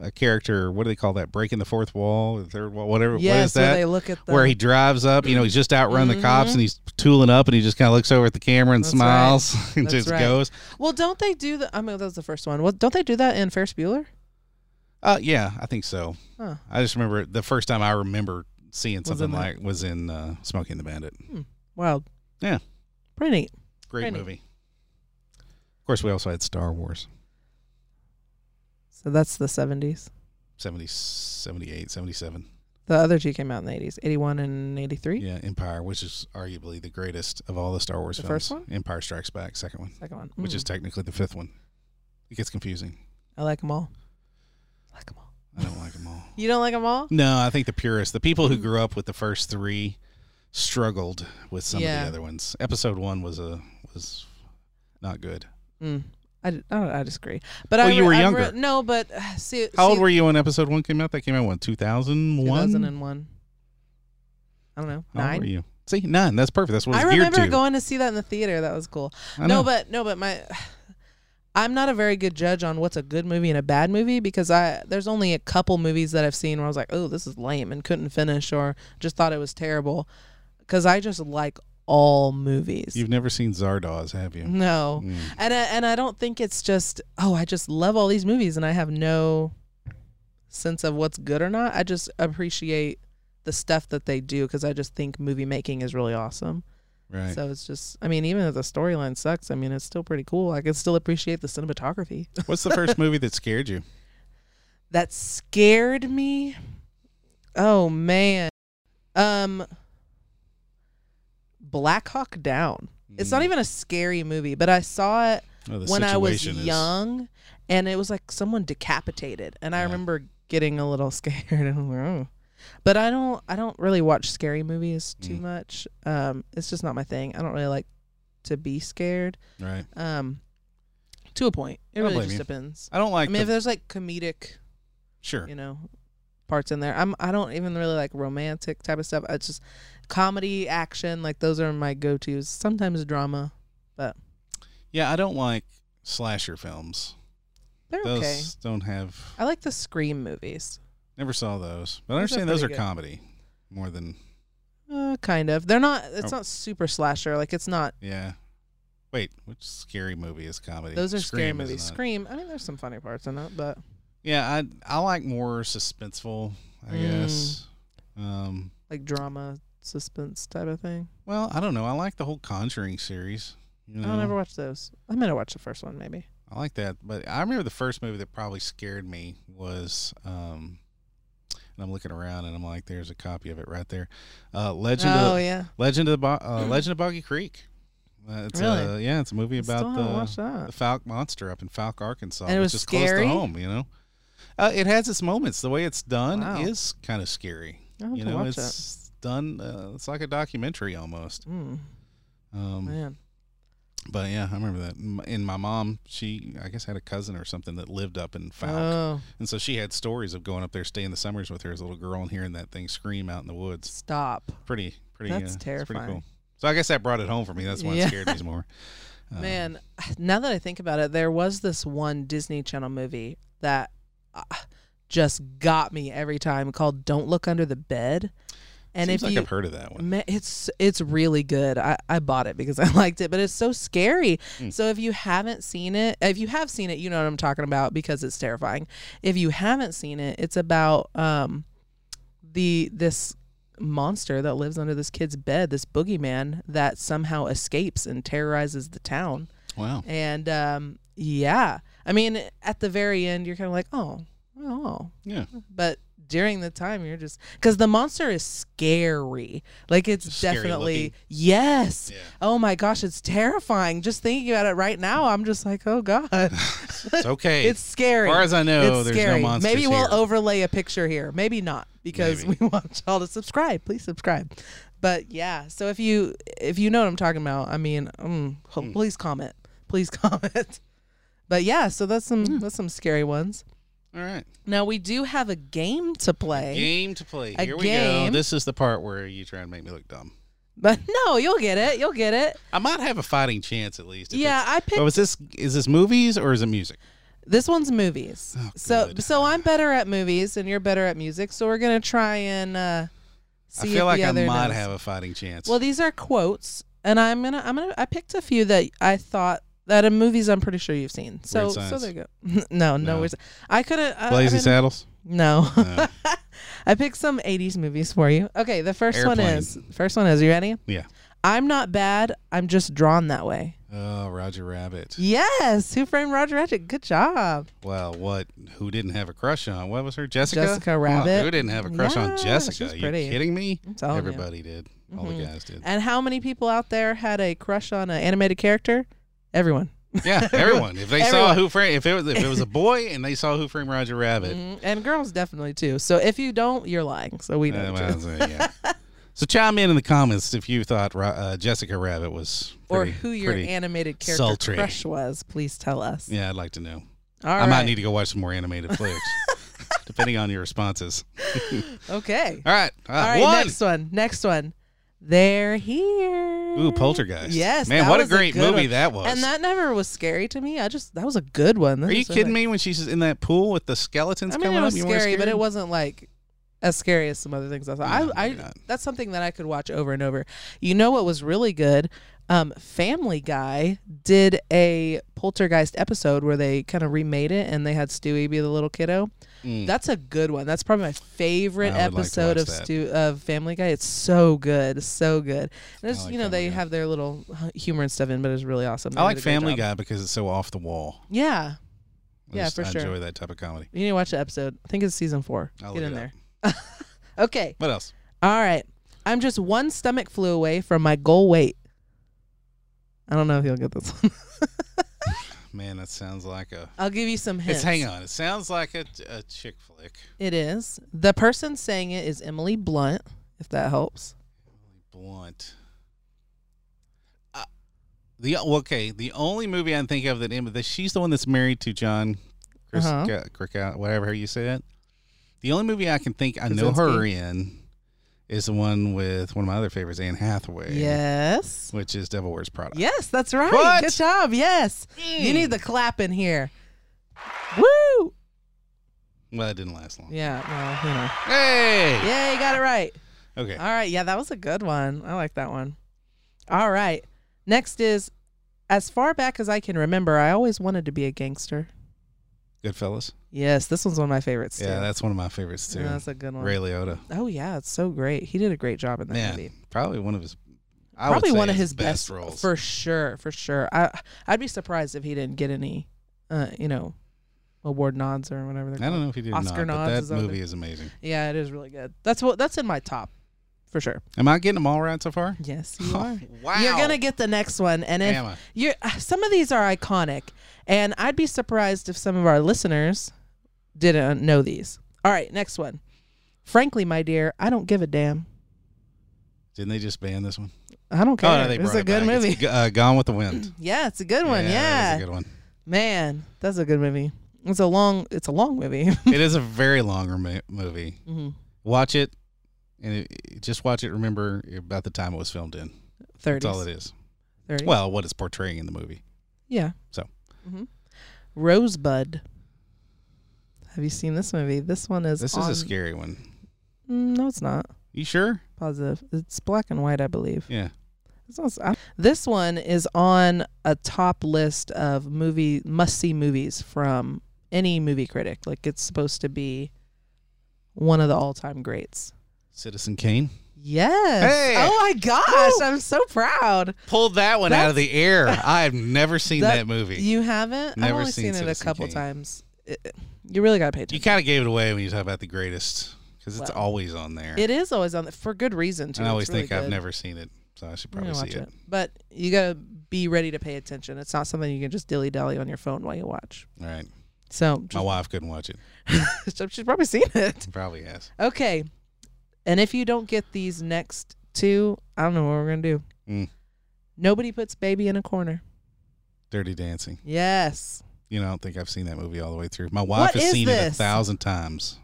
A: a character, what do they call that? Breaking the fourth wall, or third wall, whatever.
B: yes,
A: what is that?
B: where they look at the
A: where he drives up, you know, he's just outrun the cops and he's tooling up and he just kind of looks over at the camera and
B: That's right.
A: smiles and
B: That's
A: just
B: right.
A: goes.
B: Well, don't they do the? I mean, that was the first one. Well, don't they do that in Ferris Bueller?
A: Uh, yeah, I think so.
B: Huh.
A: I just remember the first time I remember seeing something
B: in that.
A: like was in uh, Smoking the Bandit.
B: Wild.
A: Yeah.
B: Pretty neat.
A: Great
B: Pretty.
A: movie. Of course, we also had Star Wars,
B: So that's the '70s.
A: 70, 78, 77.
B: The other two came out in the 80s, 81 and 83.
A: Yeah, Empire, which is arguably the greatest of all the Star Wars
B: The
A: films.
B: first one?
A: Empire Strikes Back, second one,
B: Second one.
A: which
B: Mm.
A: is technically the fifth one. It gets confusing.
B: I like them all. I like 'em all.
A: I don't like them all.
B: You don't like them all?
A: No, I think the purists, the people who grew up with the first three, struggled with some of
B: Yeah.
A: the other ones. Episode one was a was not good.
B: Mm. I, d- I, don't- I disagree. But
A: Well,
B: I
A: you were
B: I
A: younger.
B: no, but uh, see,
A: How old were you when episode one came out? That came out when two thousand one.
B: 2001. I don't know.
A: How old were
B: Nine.
A: you? See, nine. That's perfect. That's what
B: I
A: it's geared
B: remember
A: to.
B: going to see that in the theater. That was cool.
A: I
B: no,
A: know.
B: but no, but my I'm not a very good judge on what's a good movie and a bad movie because I there's only a couple movies that I've seen where I was like, "Oh, this is lame" and couldn't finish or just thought it was terrible. because I just like all movies.
A: You've never seen Zardoz, have you? Mm,
B: no, and I, and I don't think it's just oh I just love all these movies and I have no sense of what's good or not. I just appreciate the stuff that they do because I just think movie making is really awesome.
A: Right.
B: So it's just I mean even if the storyline sucks, I mean it's still pretty cool. I can still appreciate the cinematography.
A: What's the first movie that scared you?
B: that scared me. Oh man. Um Black Hawk Down. It's not even a scary movie, but I saw it
A: Oh, Mm. the
B: when I was
A: Situation is-
B: young and it was like someone decapitated and I
A: Yeah.
B: remember getting a little scared and oh. But I don't I don't really watch scary movies too
A: Mm.
B: much. Um it's just not my thing. I don't really like to be scared.
A: Right.
B: Um to a point. It
A: I don't
B: really
A: blame you.
B: just depends.
A: I don't
B: I
A: like.
B: mean
A: the-
B: if there's like comedic
A: sure.
B: you know parts in there i'm i don't even really like romantic type of stuff it's just comedy action like those are my go-to's sometimes drama
A: Yeah, I don't like slasher films.
B: they're
A: Those
B: okay
A: don't have.
B: i like the scream movies
A: Never saw those, but I
B: Those are
A: understand those are
B: pretty good.
A: comedy more than
B: uh, kind of they're not it's
A: Oh.
B: not super slasher like it's not
A: yeah. Wait, which scary movie is comedy?
B: those are scary
A: Scream is
B: movies
A: not.
B: scream i mean there's some funny parts in it but
A: Yeah, I I like more suspenseful, I
B: Mm.
A: guess. Um,
B: like drama suspense type of thing
A: well, I don't know. I like the whole Conjuring series. You
B: i don't
A: know?
B: ever watch those i might have watched the first one maybe
A: I like that, but I remember the first movie that probably scared me was, um, and I'm looking around and I'm like, "There's a copy of it right there." Uh, Legend
B: oh
A: of
B: yeah
A: Legend of the Bo- uh, Legend of Boggy Creek. Uh, it's
B: Really?
A: a, yeah, it's a movie about
B: Still haven't
A: the
B: watched that.
A: the Falk monster up in Falk, Arkansas,
B: And it was
A: which is close
B: scary?
A: to home. You know, uh, it has its moments. The way it's done
B: Wow.
A: is kind of scary.
B: I'll have
A: You
B: to
A: know,
B: watch
A: it's done. Uh, it's like a documentary almost.
B: it mm,
A: Um,
B: man
A: but yeah, I remember that. M- And my mom, she I guess had a cousin or something that lived up in Falk,
B: oh
A: and so she had stories of going up there, staying the summers with her as a little girl, and hearing that thing scream out in the woods.
B: stop
A: Pretty, pretty.
B: That's
A: uh, it's
B: terrifying.
A: pretty cool. So I guess that brought it home for me. That's why
B: Yeah.
A: it scared me more. Uh,
B: Man, now that I think about it, there was this one Disney Channel movie that uh, just got me every time called "Don't Look Under the Bed," and
A: seems
B: if
A: like
B: you
A: I've heard of that one.
B: Ma- it's it's really good. I, I bought it because I liked it, but it's so scary.
A: Mm.
B: So if you haven't seen it, if you have seen it, you know what I'm talking about because it's terrifying. If you haven't seen it, it's about um the this monster that lives under this kid's bed, this boogeyman that somehow escapes and terrorizes the town.
A: Wow.
B: And um, yeah, I mean, at the very end, you're kind of like, oh, oh.
A: Yeah.
B: But during the time, you're just because the monster is scary. Like it's
A: Just scary
B: definitely
A: looking.
B: yes.
A: Yeah.
B: Oh my gosh, it's terrifying. Just thinking about it right now, I'm just like, oh god,
A: It's okay.
B: it's
A: as
B: scary.
A: far as I know,
B: it's
A: there's
B: scary.
A: no monsters
B: Maybe we'll
A: here.
B: overlay a picture here. Maybe not because
A: Maybe.
B: we want y'all to subscribe. Please subscribe. But yeah, so if you if you know what I'm talking about, I mean, mm, ho-
A: Hmm.
B: please comment. Please comment. But yeah, so that's some
A: Hmm.
B: that's some scary ones.
A: All right.
B: Now we do have a game to play,
A: Game to play.
B: A
A: Here we
B: game.
A: go. This is the part where you try and make me look dumb.
B: but no, you'll get it. You'll get it.
A: I might have a fighting chance at least. if
B: yeah,
A: it's-
B: I picked
A: Oh, is this is this movies or is it music?
B: This one's movies.
A: Oh,
B: so
A: good.
B: so I'm better at movies and you're better at music. So we're gonna try and uh,
A: I
B: see
A: feel
B: if
A: like
B: the
A: I
B: other
A: might
B: knows.
A: have a fighting chance.
B: Well, these are quotes, and I'm gonna I'm gonna I picked a few that I thought that in movies I'm pretty sure you've seen. So
A: Weird
B: so
A: Science.
B: there you go. no, no,
A: No.
B: Weird Sci- I couldn't. I, I
A: Blazing
B: mean,
A: Saddles.
B: no,
A: No.
B: I picked some '80s movies for you. Okay, the first one
A: Airplane.
B: is first one is you ready?
A: Yeah.
B: I'm not bad. I'm just drawn that way.
A: Oh, Roger Rabbit.
B: Yes. Who framed Roger Rabbit? Good job.
A: Well, what? Who didn't have a crush on? What was her? Jessica.
B: Jessica
A: Come on,
B: Rabbit.
A: who didn't have a crush
B: Yeah,
A: on
B: she
A: Jessica?
B: was
A: Are you
B: pretty. Oh, Mm-hmm.
A: kidding me?
B: I'm telling you.
A: Everybody did. All the guys did.
B: And how many people out there had a crush on an animated character? Everyone.
A: Yeah, everyone. If they saw
B: Everyone.
A: Who Framed, if it was if it was a boy and they saw Who Framed Roger Rabbit,
B: Mhm. And girls definitely too. So if you don't, you're lying. So Mm, we know.
A: Uh,
B: the
A: well,
B: truth.
A: so, yeah. So chime in in the comments if you thought Ro- uh, Jessica Rabbit was
B: or
A: pretty-
B: who your
A: pretty-
B: animated character
A: sultry.
B: crush was, please tell us.
A: Yeah, I'd like to know.
B: All
A: I might
B: right.
A: need to go watch some more animated flicks, depending on your responses.
B: okay.
A: All right, uh,
B: All right.
A: one.
B: Next one. Next one. They're here.
A: Ooh, Poltergeist.
B: Yes,
A: man,
B: that
A: what a
B: was
A: great
B: good
A: movie
B: one.
A: that was.
B: And that never was scary to me. I just that was a good one.
A: Are you kidding me? When she's in that pool with the skeletons
B: I mean,
A: coming
B: it was
A: up, you weren't
B: scary, but
A: scared?
B: it wasn't like as scary as some other things I thought.
A: No,
B: I, I
A: maybe not.
B: that's something that I could watch over and over. You know what was really good? Um, Family Guy did a poltergeist episode where they kind of remade it and they had Stewie be the little kiddo. That's a good one. That's probably my favorite
A: Mm. I would like to
B: episode
A: watch
B: of
A: that.
B: Stew of Family Guy. It's so good, so good. And it's,
A: like
B: you know they
A: Family Guy.
B: have their little hu- humor and stuff in, but it's really awesome. They
A: I like
B: did a great
A: Family
B: job.
A: Guy because it's so off the wall.
B: Yeah,
A: I
B: Yeah,
A: just-
B: for
A: I
B: sure.
A: enjoy that type of comedy.
B: you need to watch the episode. I think it's season 4
A: I'll
B: Get
A: look
B: in
A: it
B: there.
A: up.
B: Okay.
A: What else?
B: All right. I'm just one stomach flu away from my goal weight. I don't know if you'll get this one.
A: Man, that sounds like a.
B: I'll give you some hints.
A: It's hang on. It sounds like a, a chick flick.
B: It is. The person saying it is Emily Blunt, if that helps.
A: Blunt. Uh, The well, okay, the only movie I can think of that Emma, that she's the one that's married to John, Chris,
B: Uh-huh.
A: Ca- Krakow- whatever you say that. The only movie I can think I know
B: Krasinski.
A: her in is the one with one of my other favorites, Anne Hathaway.
B: Yes.
A: which is Devil Wears Prada.
B: Yes, that's right.
A: What?
B: Good job. Yes. You need the clap in here. Woo!
A: Mm. Well, it didn't last long.
B: Yeah, well, you know.
A: Hey.
B: Yeah, you got it right.
A: Okay.
B: All right. Yeah, that was a good one. I like that one. All right. Next is as far back as I can remember, I always wanted to be a gangster.
A: Goodfellas.
B: Yes, this one's one of my favorites too.
A: Yeah, that's one of my favorites too.
B: Yeah, that's a good one.
A: Ray Liotta.
B: Oh yeah, it's so great. He did a great job in that
A: Yeah.
B: movie.
A: Probably one of his. I
B: Probably
A: would say
B: one of his
A: best, roles.
B: for sure, for sure. I I'd be surprised if he didn't get any, uh, you know, award nods or whatever they're
A: I
B: called.
A: don't know if he did
B: Oscar
A: or not,
B: nods
A: but
B: is
A: that
B: on
A: movie is amazing.
B: Yeah, it is really good. That's what that's in my top, for sure.
A: Am I getting them all right so far?
B: Yes, you are.
A: Wow.
B: You're gonna get the next one, and if
A: Am I?
B: you're, uh, some of these are iconic, and I'd be surprised if some of our listeners didn't know these. All right, next one. Frankly, my dear, I don't give a damn.
A: Didn't they just ban this one?
B: I don't care.
A: Oh, no, they
B: it's
A: brought
B: a
A: it
B: good
A: back. It's
B: movie.
A: G- uh, Gone with the Wind.
B: yeah, it's a good one.
A: that
B: Yeah,
A: is a good one.
B: man, that's a good movie. It's a long. It's a long movie.
A: it is a very long remo- movie.
B: Mhm.
A: Watch it, and it, just watch it. Remember about the time it was filmed in.
B: Thirty.
A: That's all it is.
B: Thirty.
A: Well, what it's portraying in the movie.
B: yeah.
A: So.
B: hmm Rosebud. Have you seen this movie? This one is.
A: This
B: on-
A: is a scary one.
B: Mm, no, it's not.
A: You sure?
B: Positive. It's black and white, I believe.
A: Yeah.
B: This, one's, I- this one is on a top list of movie must see movies from any movie critic. Like it's supposed to be one of the all time greats.
A: Citizen Kane.
B: Yes.
A: Hey.
B: Oh my gosh, I'm so proud.
A: Pulled that one out of the air. I have never seen that,
B: That-
A: movie. You,
B: You haven't?
A: Never
B: I've only
A: seen
B: seen, it a
A: Citizen
B: couple
A: Kane.
B: times. It- it- you really got to pay attention.
A: kind of gave it away when you talk about the greatest because it's
B: Well,
A: always on there.
B: It is always on the, for good reason too.
A: and I
B: It's
A: always
B: really
A: think I've
B: good.
A: never seen it, so I should
B: You're
A: probably
B: gonna
A: see
B: watch
A: it.
B: But you got to be ready to pay attention. It's not something you can just dilly dally on your phone while you watch.
A: All right.
B: So
A: My wife couldn't watch it.
B: just, she's probably seen it.
A: Probably has.
B: Okay. And if you don't get these next two, I don't know what we're going to do.
A: Mm.
B: Nobody puts baby in a corner.
A: Dirty Dancing.
B: Yes.
A: You know, I don't think I've seen that movie all the way through. My wife
B: What
A: has
B: is
A: seen it a
B: this?
A: thousand times.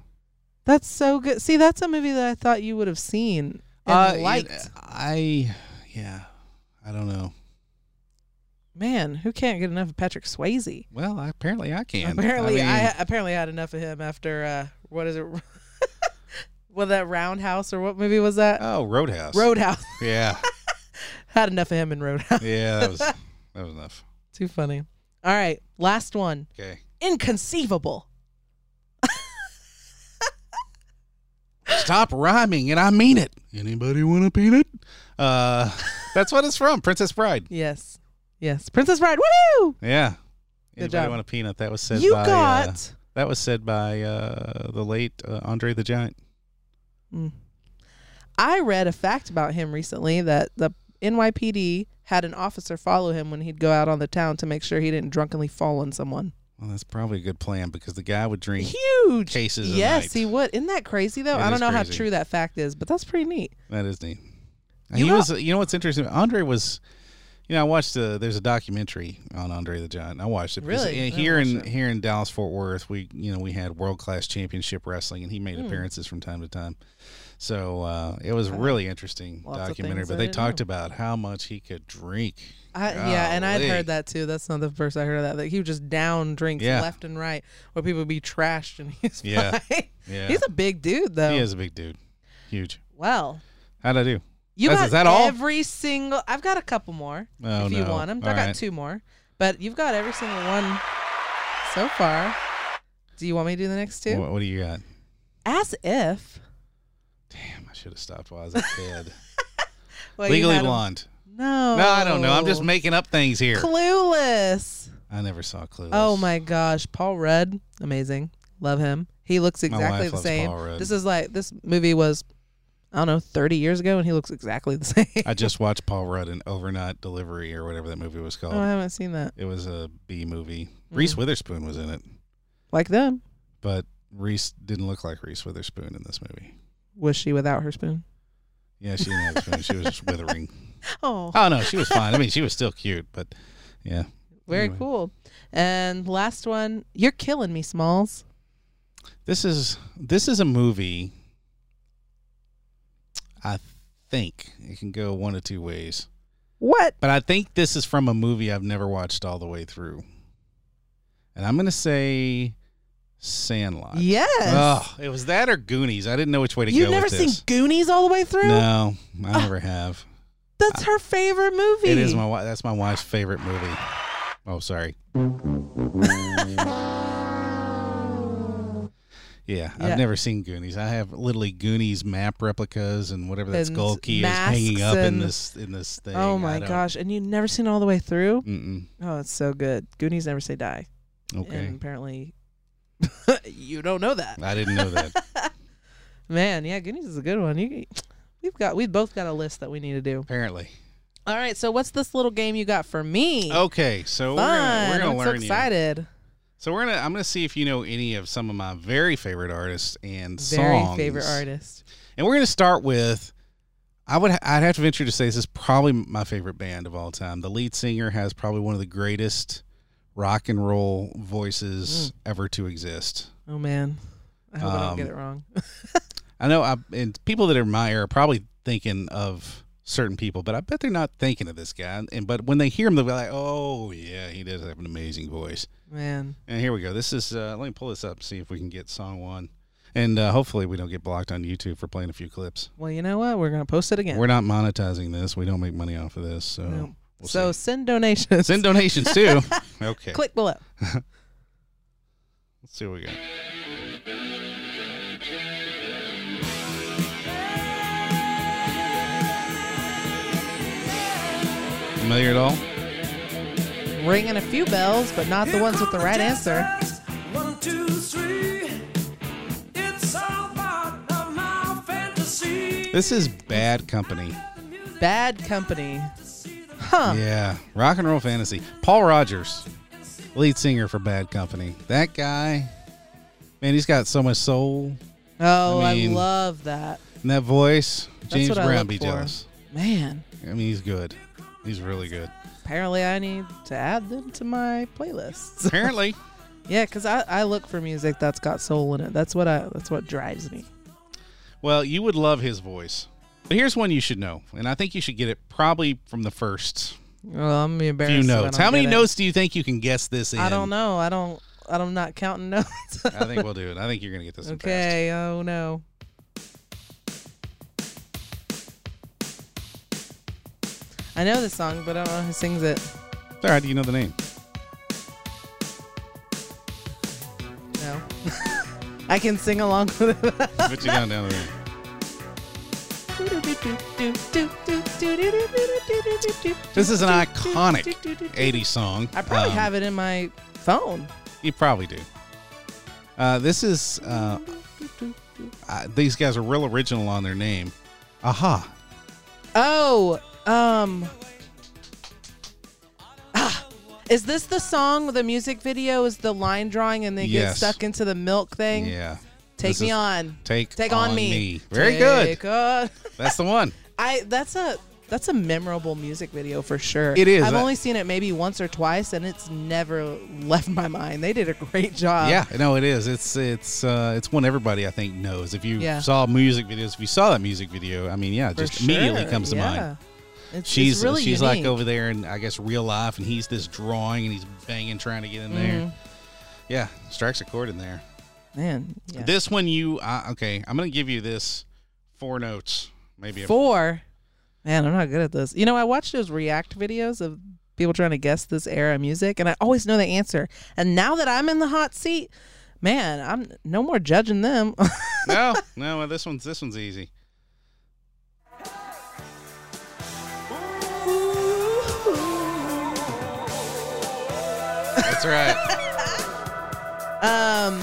B: That's so good. See, that's a movie that I thought you would have seen and
A: Uh,
B: liked.
A: I, yeah, I don't know.
B: Man, who can't get enough of Patrick Swayze?
A: Well, I, apparently I can.
B: apparently, I,
A: mean,
B: apparently had enough of him after uh, what is it? well, that Roundhouse or what movie was that?
A: Oh, Roadhouse.
B: Roadhouse.
A: Yeah,
B: had enough of him in Roadhouse.
A: yeah, that was that was enough.
B: Too funny. All right, last one.
A: Okay,
B: Inconceivable.
A: stop rhyming, and I mean it. Anybody want a peanut? Uh, that's what it's from, Princess Bride.
B: Yes. Yes. Princess Bride. Woo!
A: Yeah.
B: Good
A: Anybody
B: job.
A: want a peanut? That was said.
B: you
A: by, uh,
B: got
A: that was said by uh, the late uh, Andre the Giant.
B: I read a fact about him recently that the NYPD had an officer follow him when he'd go out on the town to make sure he didn't drunkenly fall on someone.
A: Well, that's probably a good plan because the guy would drink
B: Huge.
A: cases. a
B: yes,
A: night.
B: he would. Isn't that crazy though?
A: It
B: I
A: is
B: don't know
A: crazy.
B: how true that fact is, but that's pretty neat.
A: That is neat.
B: You
A: he
B: know-
A: was. uh, You know what's interesting? Andre was. You know, I watched the. There's a documentary on Andre the Giant. I watched it. because
B: Really? I
A: in-
B: didn't
A: Here in
B: watch it.
A: here in Dallas Fort Worth, we you know we had world class championship wrestling, and he made
B: Mm.
A: appearances from time to time. So uh, it was really interesting
B: Lots of
A: documentary.
B: things
A: But
B: I
A: they
B: didn't
A: talked
B: know.
A: about how much he could drink.
B: I, yeah, and I'd
A: Golly.
B: heard that too. That's not the first I heard of that. That he would just down drinks
A: Yeah.
B: left and right, where people would be trashed, and he's
A: Yeah.
B: fine.
A: Yeah,
B: He's a big dude, though.
A: he is a big dude, huge.
B: Well,
A: How'd I do?
B: you
A: That's-
B: got
A: is that all?
B: every single. I've got a couple more
A: Oh
B: if
A: no!
B: you want them. I
A: All
B: got
A: right.
B: two more, but you've got every single one so far. Do you want me to do the next two?
A: What, what do you got?
B: As if
A: Damn, I should have stopped while I was a kid.
B: well, Oh, you
A: Legally
B: had 'em- Oh.
A: Blonde.
B: No,
A: No, I don't know. I'm just making up things here.
B: clueless.
A: I never saw Clueless.
B: Oh my gosh, Paul Rudd, amazing. Love him. He looks
A: My
B: exactly
A: wife
B: the
A: loves
B: same.
A: Paul Rudd.
B: This is like this movie was I don't know, 30 years ago and he looks exactly the same.
A: I just watched Paul Rudd in Overnight Delivery or whatever that movie was called.
B: oh, Mm-hmm. I haven't seen that.
A: it was a B movie. Reese Witherspoon was in it,
B: Like them.
A: but Reese didn't look like Reese Witherspoon in this movie.
B: Was she without her spoon?
A: Yeah, she didn't have a spoon. She was just withering.
B: Oh,
A: Oh no, she was fine. I mean, she was still cute, but yeah,
B: very
A: anyway.
B: cool. And last one, you're killing me, Smalls.
A: this is this is a movie. I think it can go one of two ways,
B: What?
A: but I think this is from a movie I've never watched all the way through, and I'm gonna say Sandlot.
B: Yes.
A: Oh, it was that or Goonies. I didn't know which way to
B: You've
A: go
B: never
A: with
B: seen
A: this.
B: Goonies all the way through?
A: No, I never have.
B: That's her favorite movie.
A: It is my wi- that's my wife's favorite movie. Oh, sorry. yeah,
B: Yeah.
A: I've never seen Goonies. I have literally Goonies map replicas and whatever that
B: And
A: skull key is hanging
B: masks
A: up in
B: and-
A: this in this thing.
B: Oh
A: I
B: my
A: don't-
B: gosh. And you've never seen all the way through?
A: Mm-mm.
B: Oh, it's so good. Goonies never say die.
A: Okay,
B: And apparently, you don't know that.
A: I didn't know that.
B: Man, yeah, Goonies is a good one. You, we've got, we've both got a list that we need to do.
A: Apparently.
B: All right, so what's this little game you got for me?
A: Okay, so
B: fun!
A: Oh, we're gonna, we're gonna
B: I'm so
A: learn you.
B: excited.
A: So we're gonna I'm gonna see if you know any of some of my very favorite artists and
B: Very
A: songs.
B: favorite artist.
A: And we're going to start with I would I'd have to venture to say this is probably my favorite band of all time. The lead singer has probably one of the greatest rock and roll voices ever to exist.
B: Oh man, I hope I don't get
A: Um,
B: it wrong.
A: I know I and people that are in my era are probably thinking of certain people, but I bet they're not thinking of this guy. And but when they hear him they'll be like, "Oh, yeah, he does have an amazing voice."
B: Man,
A: And here we go. This is uh, let me pull this up and see if we can get song 1. And uh, hopefully we don't get blocked on YouTube for playing a few clips.
B: well, you know what? We're gonna post it again.
A: We're not monetizing this. We don't make money off of this. So,
B: No.
A: we'll
B: so
A: see.
B: send donations.
A: send donations too. okay.
B: Click below.
A: Let's see what we got. Familiar at all?
B: Ringing a few bells, but not the ones with the right answer.
C: One, two, three. It's all part of my fantasy.
A: This is Bad Company.
B: Bad company, huh?
A: Yeah. Rock and roll fantasy. Paul Rogers, lead singer for Bad Company. That guy, man, he's got so much soul.
B: Oh,
A: I
B: I,
A: mean-
B: love that.
A: And that voice, James
B: what I
A: Brown
B: look
A: be
B: for.
A: jealous.
B: Man,
A: I mean, he's good. He's really good.
B: apparently I need to add them to my playlists.
A: Apparently.
B: yeah, because I, I look for music that's got soul in it. That's what I that's what drives me.
A: Well, you would love his voice. But here's one you should know, and I think you should get it probably from the first
B: Well, I'm embarrassed.
A: few
B: if I
A: notes.
B: don't
A: How many
B: get it.
A: notes do you think you can guess this in?
B: I don't know. I don't. I'm not counting notes.
A: I think we'll do it. I think you're gonna get this one fast.
B: okay. Oh no. I know the song, but I don't know who sings it.
A: It's all right. You know the name.
B: No. I can sing along with it.
A: Put you down down there. This is an iconic '80s song.
B: I probably
A: Um,
B: have it in my phone.
A: You probably do. Uh, this is uh, uh, these guys are real original on their name. Aha!
B: Oh, um. ah, Is this the song? The music video is the line drawing, and they
A: Yes.
B: get stuck into the milk thing.
A: Yeah.
B: Take
A: This
B: me
A: is-
B: on.
A: Take
B: Take on me.
A: Very
B: Take
A: good.
B: on-
A: That's the one.
B: I. That's a. That's a memorable music video for sure.
A: It is.
B: I've
A: I-
B: only seen it maybe once or twice, and it's never left my mind. They did a great job.
A: yeah, no, it is. It's it's uh, it's one everybody I think knows. If you
B: Yeah.
A: saw music videos, if you saw that music video, I mean, yeah, it
B: for
A: just immediately
B: sure.
A: comes to
B: yeah.
A: mind.
B: It's- It's,
A: She's
B: really
A: she's like
B: unique.
A: over there in I guess real life, and he's this drawing, and he's banging trying to get in
B: Mm-hmm.
A: there. Yeah, strikes a chord in there.
B: man. Yeah.
A: This one, you uh, okay? I'm gonna give you this four notes, maybe a
B: Four. Man, I'm not good at this. You know, I watch those react videos of people trying to guess this era of music, and I always know the answer. And now that I'm in the hot seat, man, I'm no more judging them.
A: no, no. well, This one's this one's easy. That's right.
B: um,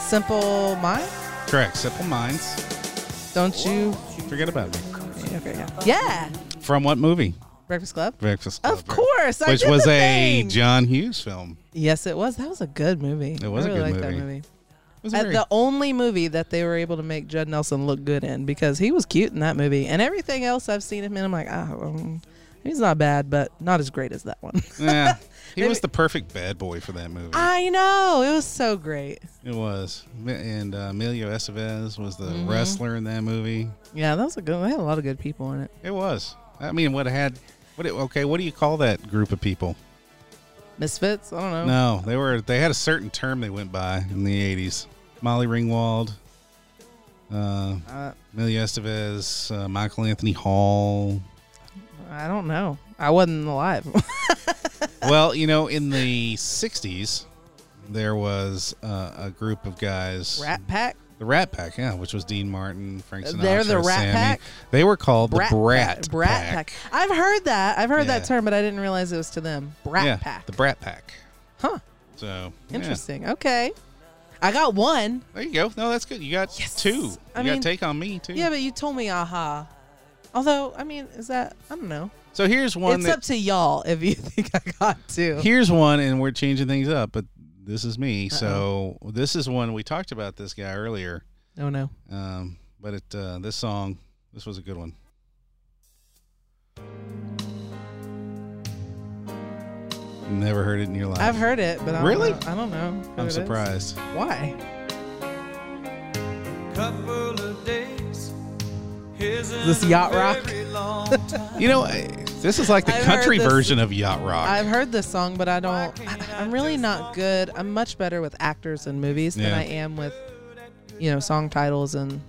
B: simple mind.
A: Correct. Simple Minds.
B: Don't you?
A: Forget about me.
B: Okay, yeah. Yeah.
A: From what movie?
B: Breakfast Club.
A: Breakfast Club.
B: Of course, I
A: Which
B: did
A: was
B: the
A: a
B: thing.
A: John Hughes film.
B: Yes, it was. That was a good movie.
A: It was
B: I
A: a good
B: really liked that
A: movie.
B: movie.
A: It was a
B: Uh,
A: very-
B: the only movie that they were able to make Judd Nelson look good in because he was cute in that movie, and everything else I've seen him in, I'm like, ah, um, he's not bad, but not as great as that one.
A: yeah, he was
B: maybe-
A: the perfect bad boy for that movie.
B: I know it was so great.
A: it was. And uh, Emilio Estevez was the
B: Mm-hmm.
A: wrestler in that movie.
B: Yeah, that was a good. They had a lot of good people in it.
A: It was. I mean, what had what? It, okay, what do you call that group of people?
B: Misfits. I don't know.
A: No, they were. They had a certain term they went by in the eighties. Molly Ringwald, uh,
B: Uh,
A: Emilio Estevez, uh, Michael Anthony Hall.
B: I don't know. I wasn't alive.
A: well, you know, in the '60s, there was uh, a group of guys,
B: Rat Pack.
A: the Rat Pack, yeah, which was Dean Martin, Frank Sinatra,
B: They're the Rat
A: Sammy.
B: Pack?
A: They were called the Brat,
B: Brat
A: Pack.
B: Pack. I've heard that. I've heard
A: Yeah.
B: that term, but I didn't realize it was to them. Brat
A: yeah,
B: Pack.
A: the Brat Pack.
B: Huh.
A: So yeah.
B: Interesting. Okay. I got one.
A: There you go. No, that's good. You got
B: Yes.
A: two. You
B: I
A: got
B: mean-
A: take on me too.
B: Yeah, but you told me aha. Although, I mean, is that I don't know.
A: so here's one
B: it's
A: that
B: up to y'all if you think I got two.
A: Here's one, and we're changing things up, but this is me. So this is one we talked about this guy earlier,
B: oh no.
A: um, but it uh, this song this was a good one. Never heard it in your life.
B: I've heard it, but I don't
A: Really?
B: know- I don't know. who it
A: I'm
B: is.
A: surprised.
B: Why?
C: Couple of days. Isn't
B: This yacht rock?
C: very long time.
A: You know, I- this is like the
B: I've heard
A: country
B: this-
A: version of yacht rock.
B: I've heard this song, but I don't. I'm really not good. I'm much better with actors and movies than
A: Yeah.
B: I am with, you know, song titles and.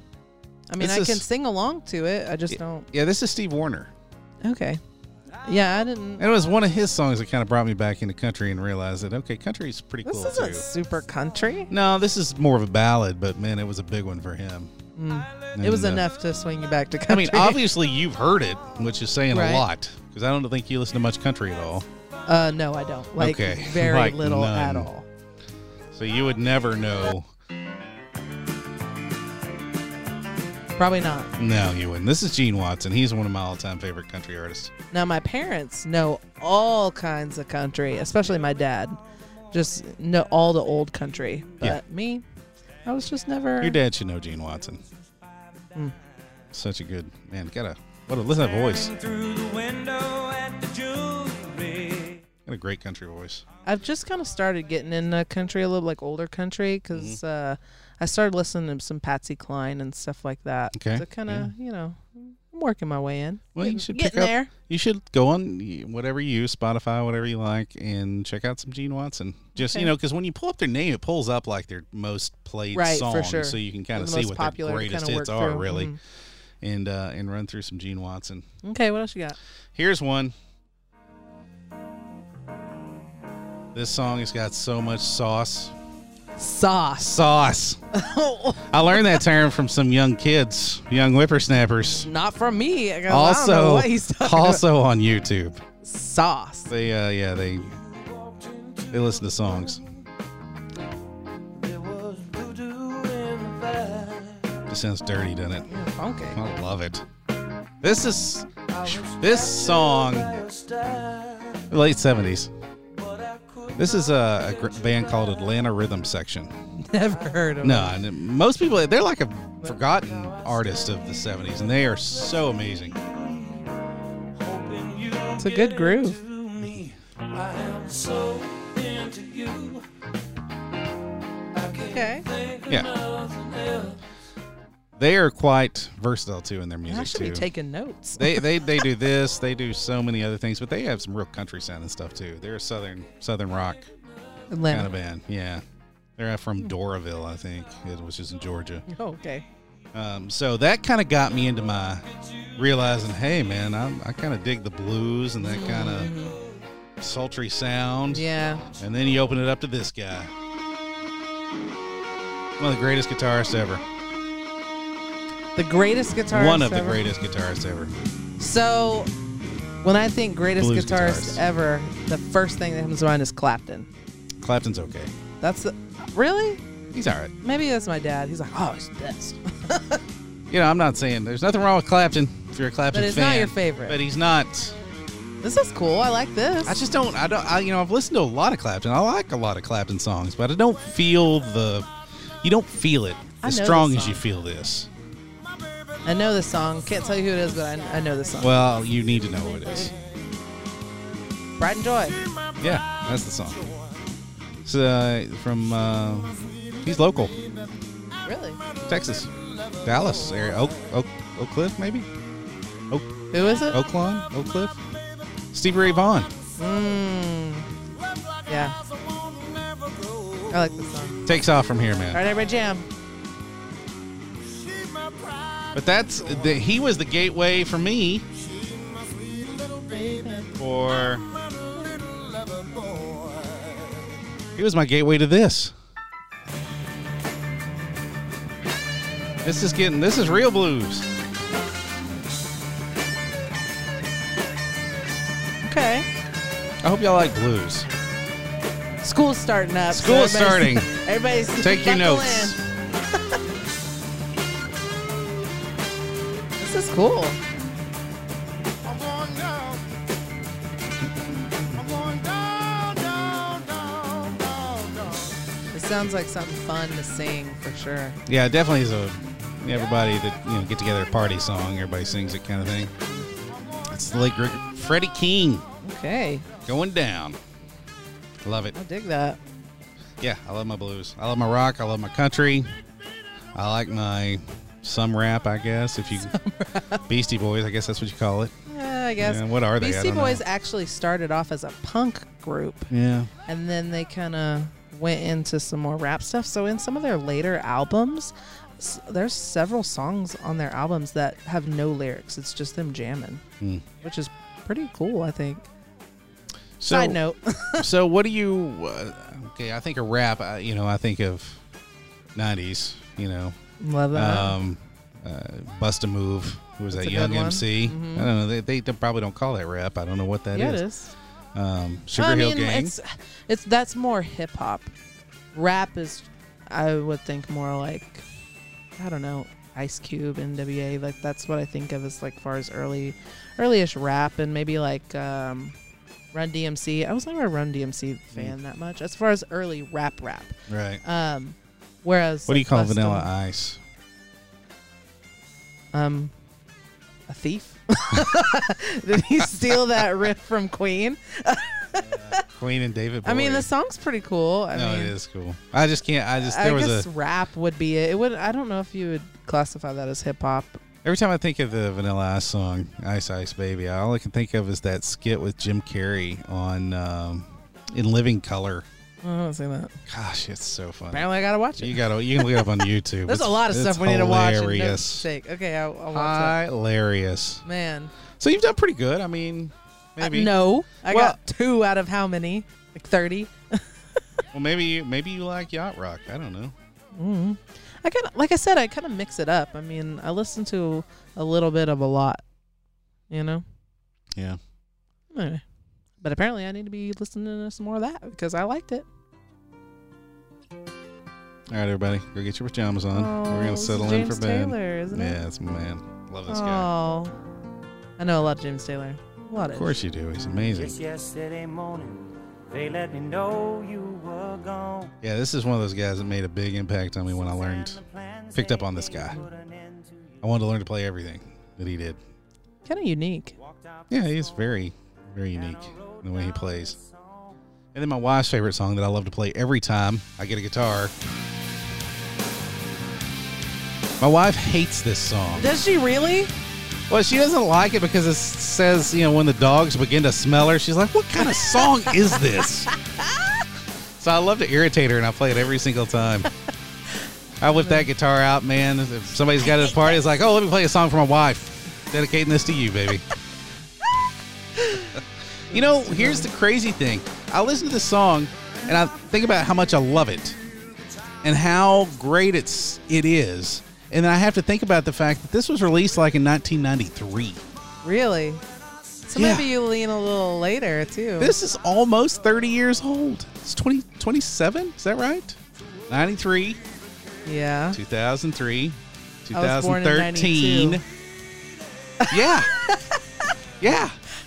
B: I mean,
A: This
B: I can
A: is-
B: sing along to it. I just don't.
A: yeah, this is Steve Warner.
B: Okay. Yeah, I didn't.
A: And it was one of his songs that kind of brought me back into country and realized that okay, country's pretty
B: This
A: cool
B: isn't
A: too.
B: super country.
A: No, this is more of a ballad, but man, it was a big one for him.
B: Mm. It was
A: And, uh,
B: enough to swing you back to
A: I
B: country.
A: mean, obviously you've heard it, which is saying
B: Right.
A: a lot because I don't think you listen to much country at all.
B: Uh, no, I don't. Like
A: Okay.
B: very
A: Like
B: little at
A: none.
B: all.
A: So you would never know.
B: Probably not.
A: No, you wouldn't. This is Gene Watson. He's one of my all-time favorite country artists.
B: Now my parents know all kinds of country, especially my dad. Just know all the old country. But
A: Yeah.
B: me, I was just never
A: Your dad should know Gene Watson.
B: Mm.
A: Such a good man. Got a what a listen to that voice.
C: Through the window at the jewelry.
A: Got a great country voice.
B: I've just kind of started getting into country a little like older country because
A: Mm-hmm.
B: uh, I started listening to some Patsy Cline and stuff like that.
A: Okay,
B: So kind of you know I'm working my way in.
A: Well, you
B: Getting-
A: should pick
B: getting
A: up.
B: there.
A: You should go on y- whatever you use, Spotify, whatever you like, and check out some Gene Watson. Just you
B: Okay.
A: know, because when you pull up their name, it pulls up like their most played
B: Right,
A: song,
B: for sure.
A: so you can kind
B: The
A: of see
B: most
A: what
B: popular
A: their
B: to
A: greatest
B: kinda
A: hits
B: work
A: are,
B: through.
A: really,
B: Mhm.
A: and uh, and run through some Gene Watson.
B: Okay, what else you got?
A: Here's one. This song has got so much sauce.
B: Sauce.
A: Sauce. I learned that term from some young kids, young whippersnappers.
B: Not from me. I don't know
A: Also,
B: what he's talking about.
A: also on YouTube.
B: sauce.
A: They, uh, yeah, they they listen to songs.
C: There was voodoo in the back.
A: Just sounds dirty, doesn't it?
B: Mm, Funky.
A: I love it. This is this song
C: Style,
A: late seventies.
C: but I could
A: This is a, a gr- band called Atlanta Rhythm Section.
B: Never heard of.
A: No, and most people they're like a forgotten artist of the 70s and they are so amazing.
B: It's a good groove.
C: to me. I am so into you. I can't
B: Okay.
C: think of
A: Yeah.
C: nothing else.
A: They are quite versatile too in their
B: I
A: music
B: should
A: too.
B: be taking notes.
A: they they they do this. They do so many other things, but they have some real country sounding stuff too. They're a southern southern rock kind
B: Atlanta.
A: of band. Yeah, they're from Doraville, I think, it was just in Georgia.
B: Oh, okay.
A: Um, so that kind of got me into my realizing, hey man, I'm, I kind of dig the blues and that kind of sultry sound.
B: Yeah.
A: And then you open it up to this guy, one of the greatest guitarists ever.
B: The greatest guitarist.
A: one of
B: ever.
A: the greatest guitarists ever.
B: So, when I think greatest
A: Blues guitarist.
B: guitarist ever, the first thing that comes to mind is Clapton.
A: Clapton's okay.
B: That's the, really
A: He's all right.
B: maybe that's my dad. He's like, oh, it's the best.
A: You know, I'm not saying there's nothing wrong with Clapton if you're a Clapton
B: But it's
A: fan.
B: not your favorite.
A: But he's not.
B: this is cool. I like this.
A: I just don't. I don't. I, you know, I've listened to a lot of Clapton. I like a lot of Clapton songs, but I don't feel the. You don't feel it
B: I
A: as
B: know
A: strong
B: this
A: as you
B: song.
A: feel this.
B: I know this song. Can't tell you who it is, but I, I know this song.
A: Well, you need to know what it is.
B: Pride and Joy.
A: Yeah, that's the song. It's uh, from. Uh, he's local,
B: Really?
A: Texas, Dallas area, Oak Oak Oak Cliff maybe, Oak
B: Who is it?
A: Oak Lawn, Oak Cliff. Stevie Ray Vaughan.
B: Mm. Yeah. I like this song.
A: takes off from here,
B: All
A: man.
B: right, everybody jam.
A: But that's the, he was the gateway for me for he was my gateway to this. This is getting this is real blues.
B: Okay.
A: I hope y'all like blues.
B: School's starting up. so
A: School's starting.
B: everybody's- Everybody's
A: Take your
B: buckle
A: notes.
B: in. This is cool. It sounds like something fun to sing for sure.
A: Yeah, it definitely is a everybody that you know get together at a party song. Everybody sings it kind of thing. It's the late Gre- Freddie King
B: Okay,
A: going down. Love it.
B: I dig that.
A: Yeah, I love my blues. I love my rock. I love my country. I like my some rap, I guess. If you Beastie Boys, I guess that's what you call it.
B: Yeah, I guess.
A: Yeah, what are they? I
B: Beastie
A: don't know.
B: Boys actually started off as a punk group,
A: Yeah,
B: and then they kind of went into some more rap stuff. So in some of their later albums, s- there's several songs on their albums that have no lyrics. It's just them jamming,
A: Hmm.
B: which is pretty cool, I think.
A: So,
B: Side note.
A: so what do you? Uh, okay, I think of rap. I, you know, I think of '90s. You know,
B: Love that.
A: um, uh, Bust a Move. Who was
B: Uh-huh. That's
A: that?
B: a good
A: Young
B: one. Mm-hmm.
A: MC. I don't know. They, they don't- probably don't call that rap. I don't know what that is.
B: yeah, it is.
A: Um, Sugar
B: I
A: Hill
B: mean,
A: Gang.
B: it's it's that's more hip hop. Rap is, I would think, more like I don't know, Ice Cube, NWA. Like that's what I think of as like far as early, earlyish rap, and maybe like um, Run DMC. I was never a Run
A: Mm.
B: DMC fan that much as far as early rap rap.
A: Right.
B: Um, whereas
A: What do you
B: like,
A: call
B: Busta-
A: Vanilla Ice?
B: Um, a thief. Did he steal that riff from Queen?
A: Queen and David. Bowie.
B: I mean, the song's pretty cool. I
A: no,
B: mean,
A: it is cool. I just can't. I just there
B: I
A: was
B: guess
A: a
B: rap would be it. It would. I don't know if you would classify that as hip hop.
A: every time I think of the Vanilla Ice song "Ice Ice Baby," I- all I can think of is that skit with Jim Carrey on um, in Living Color.
B: I don't see that.
A: Gosh, it's so funny.
B: Apparently, I gotta watch it.
A: You gotta you can look it up on YouTube.
B: There's a
A: It's-
B: lot of
A: it's
B: stuff we need to watch. And note to
A: Hilarious,
B: take. Okay, I'll, I'll watch
A: hilarious.
B: it. Man,
A: So you've done pretty good. I mean, maybe
B: Uh, no, I
A: Well-
B: got two out of how many? Like thirty.
A: Well, maybe you maybe you like yacht rock. I don't know.
B: Mm-hmm. I kind of, like I said, I kind of mix it up. I mean, I listen to a little bit of a lot. You know.
A: Yeah.
B: Anyway. But apparently, I need to be listening to some more of that because I liked it.
A: All right, everybody, go get your pajamas on.
B: Oh,
A: We're gonna
B: this is
A: settle in
B: James
A: for bed.
B: Taylor, isn't it?
A: yeah, it's my man. Love this guy.
B: Oh, I know a lot of James Taylor. A lot of.
A: Of course you do. He's amazing.
D: Just yesterday morning, they let me know you were gone.
A: Yeah, this is one of those guys that made a big impact on me when I learned, picked up on this guy. I wanted to learn to play everything that he did.
B: Kind of unique.
A: Yeah, he's very, Very unique in the way he plays. And then my wife's favorite song that I love to play every time I get a guitar. My wife hates this song.
B: Does she really?
A: Well, she doesn't like it because it says, you know, when the dogs begin to smell her, she's like, what kind of song is this? So I love to irritate her and I play it every single time. I whip that guitar out, man. If somebody's got it at a party, it's like, oh, let me play a song for my wife. Dedicating this to you, baby. you know, here's the crazy thing. I listen to this song and I think about how much I love it and how great it's it is. And then I have to think about the fact that this was released like in 1993.
B: Really? So
A: Yeah.
B: maybe you lean a little later too.
A: This is almost 30 years old. It's 20, 27, is that right? 93,
B: yeah.
A: 2003,
B: I was born in
A: 2013.
B: 92.
A: Yeah. yeah.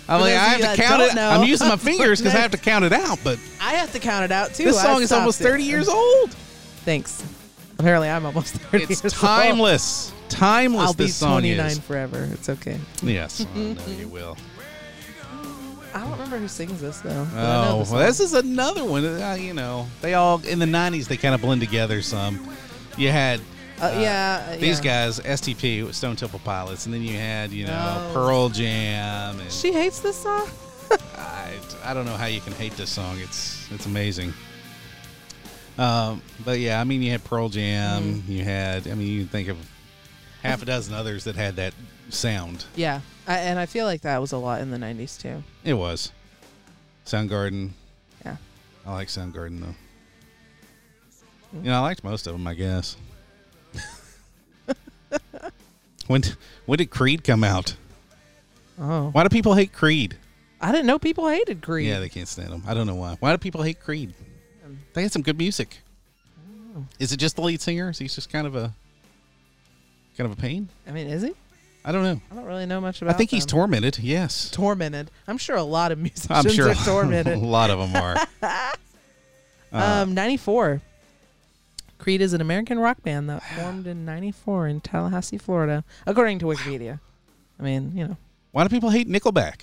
A: I'm like,
B: For those
A: I
B: of
A: have
B: you
A: to
B: that
A: count
B: don't
A: it.
B: know,
A: I'm using my fingers because I have to
B: next-
A: count it out, but
B: I have to count it out too.
A: this
B: I
A: song is
B: stopped
A: almost
B: it.
A: 30 years old.
B: Thanks. Apparently, I'm almost 30
A: It's
B: years old.
A: timeless. Timeless
B: I'll be Mm-hmm.
A: this song
B: 29
A: is.
B: forever. It's okay.
A: Yes, I know you will.
B: I don't remember who sings this though. but I know
A: Oh,
B: the
A: well, this
B: song.
A: is another one. Uh, you know, they all in the '90s they kind of blend together. Some you had
B: Uh, yeah. uh,
A: these
B: yeah.
A: guys, STP, with Stone Temple Pilots, and then you had you know
B: Oh.
A: Pearl Jam. And
B: She hates this song.
A: I, I don't know how you can hate this song. It's it's amazing. Um, but yeah, I mean, you had Pearl Jam.
B: Mm-hmm.
A: You had, I mean, you can think of half a dozen others that had that sound.
B: Yeah, I, and I feel like that was a lot in the '90s too.
A: It was Soundgarden.
B: Yeah.
A: I like Soundgarden though.
B: Hmm.
A: You know, I liked most of them, I guess. when when did Creed come out?
B: Oh,
A: Why do people hate Creed?
B: I didn't know people hated Creed. Hmm.
A: Yeah, they can't stand them. I don't know why. Why do people hate Creed? They had some good music. Is it just the lead singer? Is he just kind of a kind of a pain?
B: I mean, is he?
A: I don't know.
B: I don't really know much
A: I
B: about.
A: think he's
B: them.
A: tormented. Yes.
B: tormented. I'm sure a lot of musicians
A: I'm sure
B: are
A: a
B: tormented.
A: lot of them are. Uh,
B: um, '94. Creed is an American rock band that formed in '94 in Tallahassee, Florida, according to Wikipedia. I mean, you know,
A: Why do people hate Nickelback?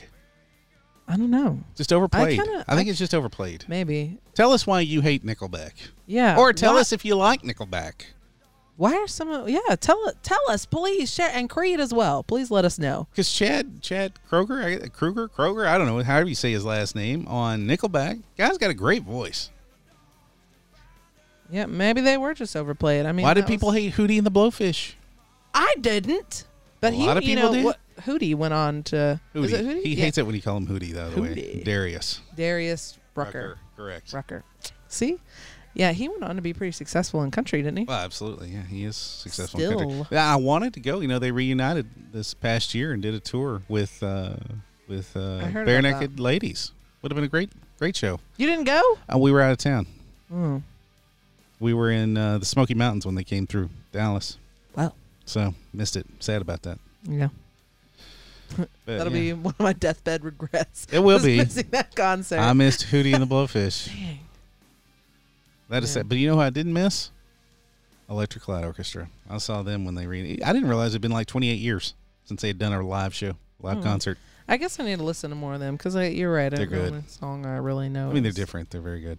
B: I don't know.
A: Just overplayed. I,
B: kinda-
A: think
B: I-
A: it's just overplayed.
B: Maybe.
A: Tell us why you hate Nickelback,
B: Yeah.
A: or tell
B: why-
A: us if you like Nickelback.
B: why are some. of- Yeah. Tell tell us, please share and Creed as well. Please let us know.
A: Because Chad Chad Kroger I- Kruger Kroger I don't know however you say his last name on Nickelback. Guy's got a great voice.
B: Yeah. Maybe they were just overplayed. I mean,
A: Why
B: that
A: did
B: was-
A: people hate Hootie and the Blowfish?
B: I didn't. But
A: A
B: he,
A: lot of
B: you
A: people
B: know,
A: did.
B: What, Hootie went on to.
A: Hootie.
B: Is it Hootie?
A: He
B: Yeah.
A: hates it when you call him Hootie though. The way
B: Hootie.
A: Darius
B: Darius Rucker.
A: correct.
B: Rucker. See? Yeah, he went on to be pretty successful in country, didn't he?
A: Well, absolutely, yeah, he is successful. in country.
B: Still.
A: Yeah, I wanted to go. You know, they reunited this past year and did a tour with uh, with uh,
B: I heard about
A: bare naked ladies. Would have been a great great show.
B: You didn't go?
A: Uh, we were out of town. We were in uh, the Smoky Mountains when they came through Dallas,
B: Well,
A: so missed it. Sad about that.
B: yeah.
A: But,
B: That'll
A: yeah.
B: be one of my deathbed regrets.
A: It will
B: was
A: be.
B: Missing that concert.
A: I missed Hootie and the Blowfish.
B: Dang.
A: That is
B: Yeah.
A: sad. But you know who I didn't miss? Electric Light Orchestra. I saw them when they re. I didn't realize it'd been like 28 years since they had done a live show,
B: Hmm.
A: live concert.
B: I guess I need to listen to more of them because you're right. I
A: They're
B: don't know
A: good.
B: what song I really know.
A: I mean, they're
B: is.
A: different. They're very good.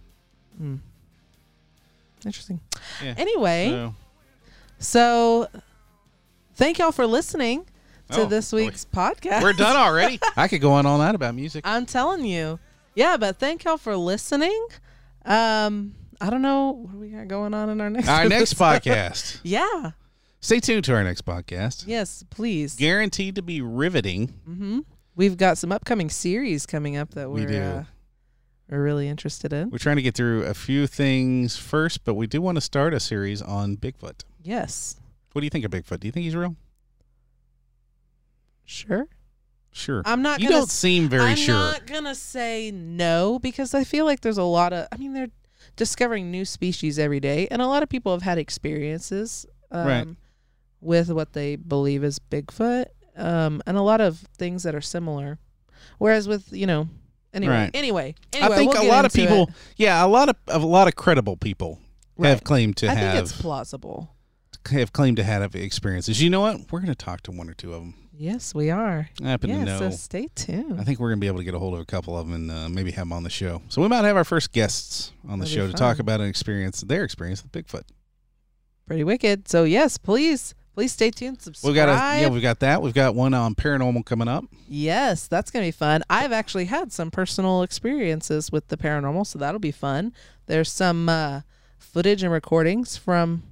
B: Interesting.
A: Yeah.
B: Anyway,
A: So-
B: so thank y'all for listening to
A: Oh,
B: this
A: are we-
B: week's podcast.
A: we're done already. I could go on all night about music.
B: I'm telling you. Yeah, but thank y'all for listening. Um, I don't know what do we got going on in our next
A: Our next
B: episode?
A: podcast.
B: Yeah.
A: Stay tuned to our next podcast.
B: Yes, please.
A: Guaranteed to be riveting.
B: We've got some upcoming series coming up that
A: We
B: we're
A: do.
B: Uh, we're really interested in.
A: We're trying to get through a few things first, but we do want to start a series on Bigfoot.
B: Yes.
A: What do you think of Bigfoot? Do you think he's real?
B: Sure.
A: Sure.
B: I'm not
A: You
B: gonna
A: don't
B: s-
A: seem very
B: I'm
A: sure.
B: not gonna say no because I feel like there's a lot of. I mean, they're discovering new species every day, and a lot of people have had experiences um,
A: Right.
B: with what they believe is Bigfoot, um, and a lot of things that are similar. Whereas with you know, anyway,
A: Right.
B: anyway, anyway,
A: I think
B: we'll
A: a
B: get
A: lot of
B: into
A: people,
B: it.
A: yeah, a lot of a lot of credible people have
B: Right.
A: claimed to
B: I think
A: have
B: it's plausible.
A: have claimed to have experiences. You know what? We're going to talk to one or two of them.
B: Yes, we are.
A: I happen
B: yeah,
A: to know.
B: so stay tuned.
A: I think we're going to be able to get a hold of a couple of them and uh, maybe have them on the show. So we might have our first guests on the
B: That'd be
A: show to talk
B: fun.
A: about an experience, their experience with Bigfoot.
B: Pretty wicked. So yes, please, please stay tuned. Subscribe.
A: We've got a, yeah, we've got that. We've got one on paranormal coming up.
B: yes, that's gonna be fun. I've actually had some personal experiences with the paranormal, so that'll be fun. There's some uh, footage and recordings from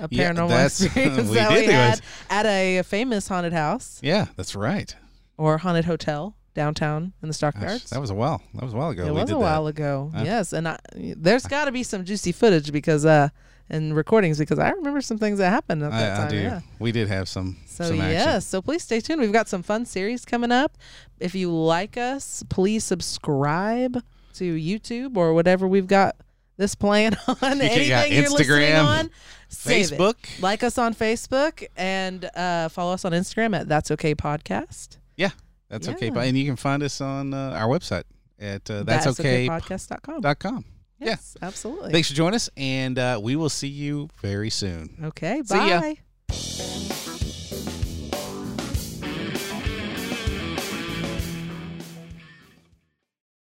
B: a
A: Yeah,
B: paranormal
A: that's-
B: experience
A: we
B: that
A: did
B: we
A: do it.
B: had at a famous haunted house
A: Yeah, that's right.
B: or haunted hotel downtown in the
A: Gosh,
B: Stockyards.
A: that was a while. That was a while ago.
B: It
A: we
B: was
A: did
B: a while ago.
A: Uh,
B: yes, and I, there's got to be some juicy footage because uh and recordings because I remember some things that happened at
A: That.
B: that
A: I, I
B: time.
A: do.
B: Yeah.
A: We did have some.
B: So
A: some action.
B: yes, so please stay tuned. We've got some fun series coming up. If you like us, please subscribe to YouTube or whatever we've got this plan on.
A: You
B: Anything
A: got
B: you're listening
A: Instagram,
B: on, save it.
A: Facebook.
B: Like us on Facebook and uh, follow us on Instagram at That's Okay Podcast.
A: Yeah, that's okay.
B: Yeah.
A: But and you can find us on uh, our website at uh, that's, okay.
B: Podcast.com.
A: dot com. yeah.
B: Yes, absolutely.
A: Thanks for joining us, and uh, we will see you very soon.
B: Okay,
A: See ya.
B: bye.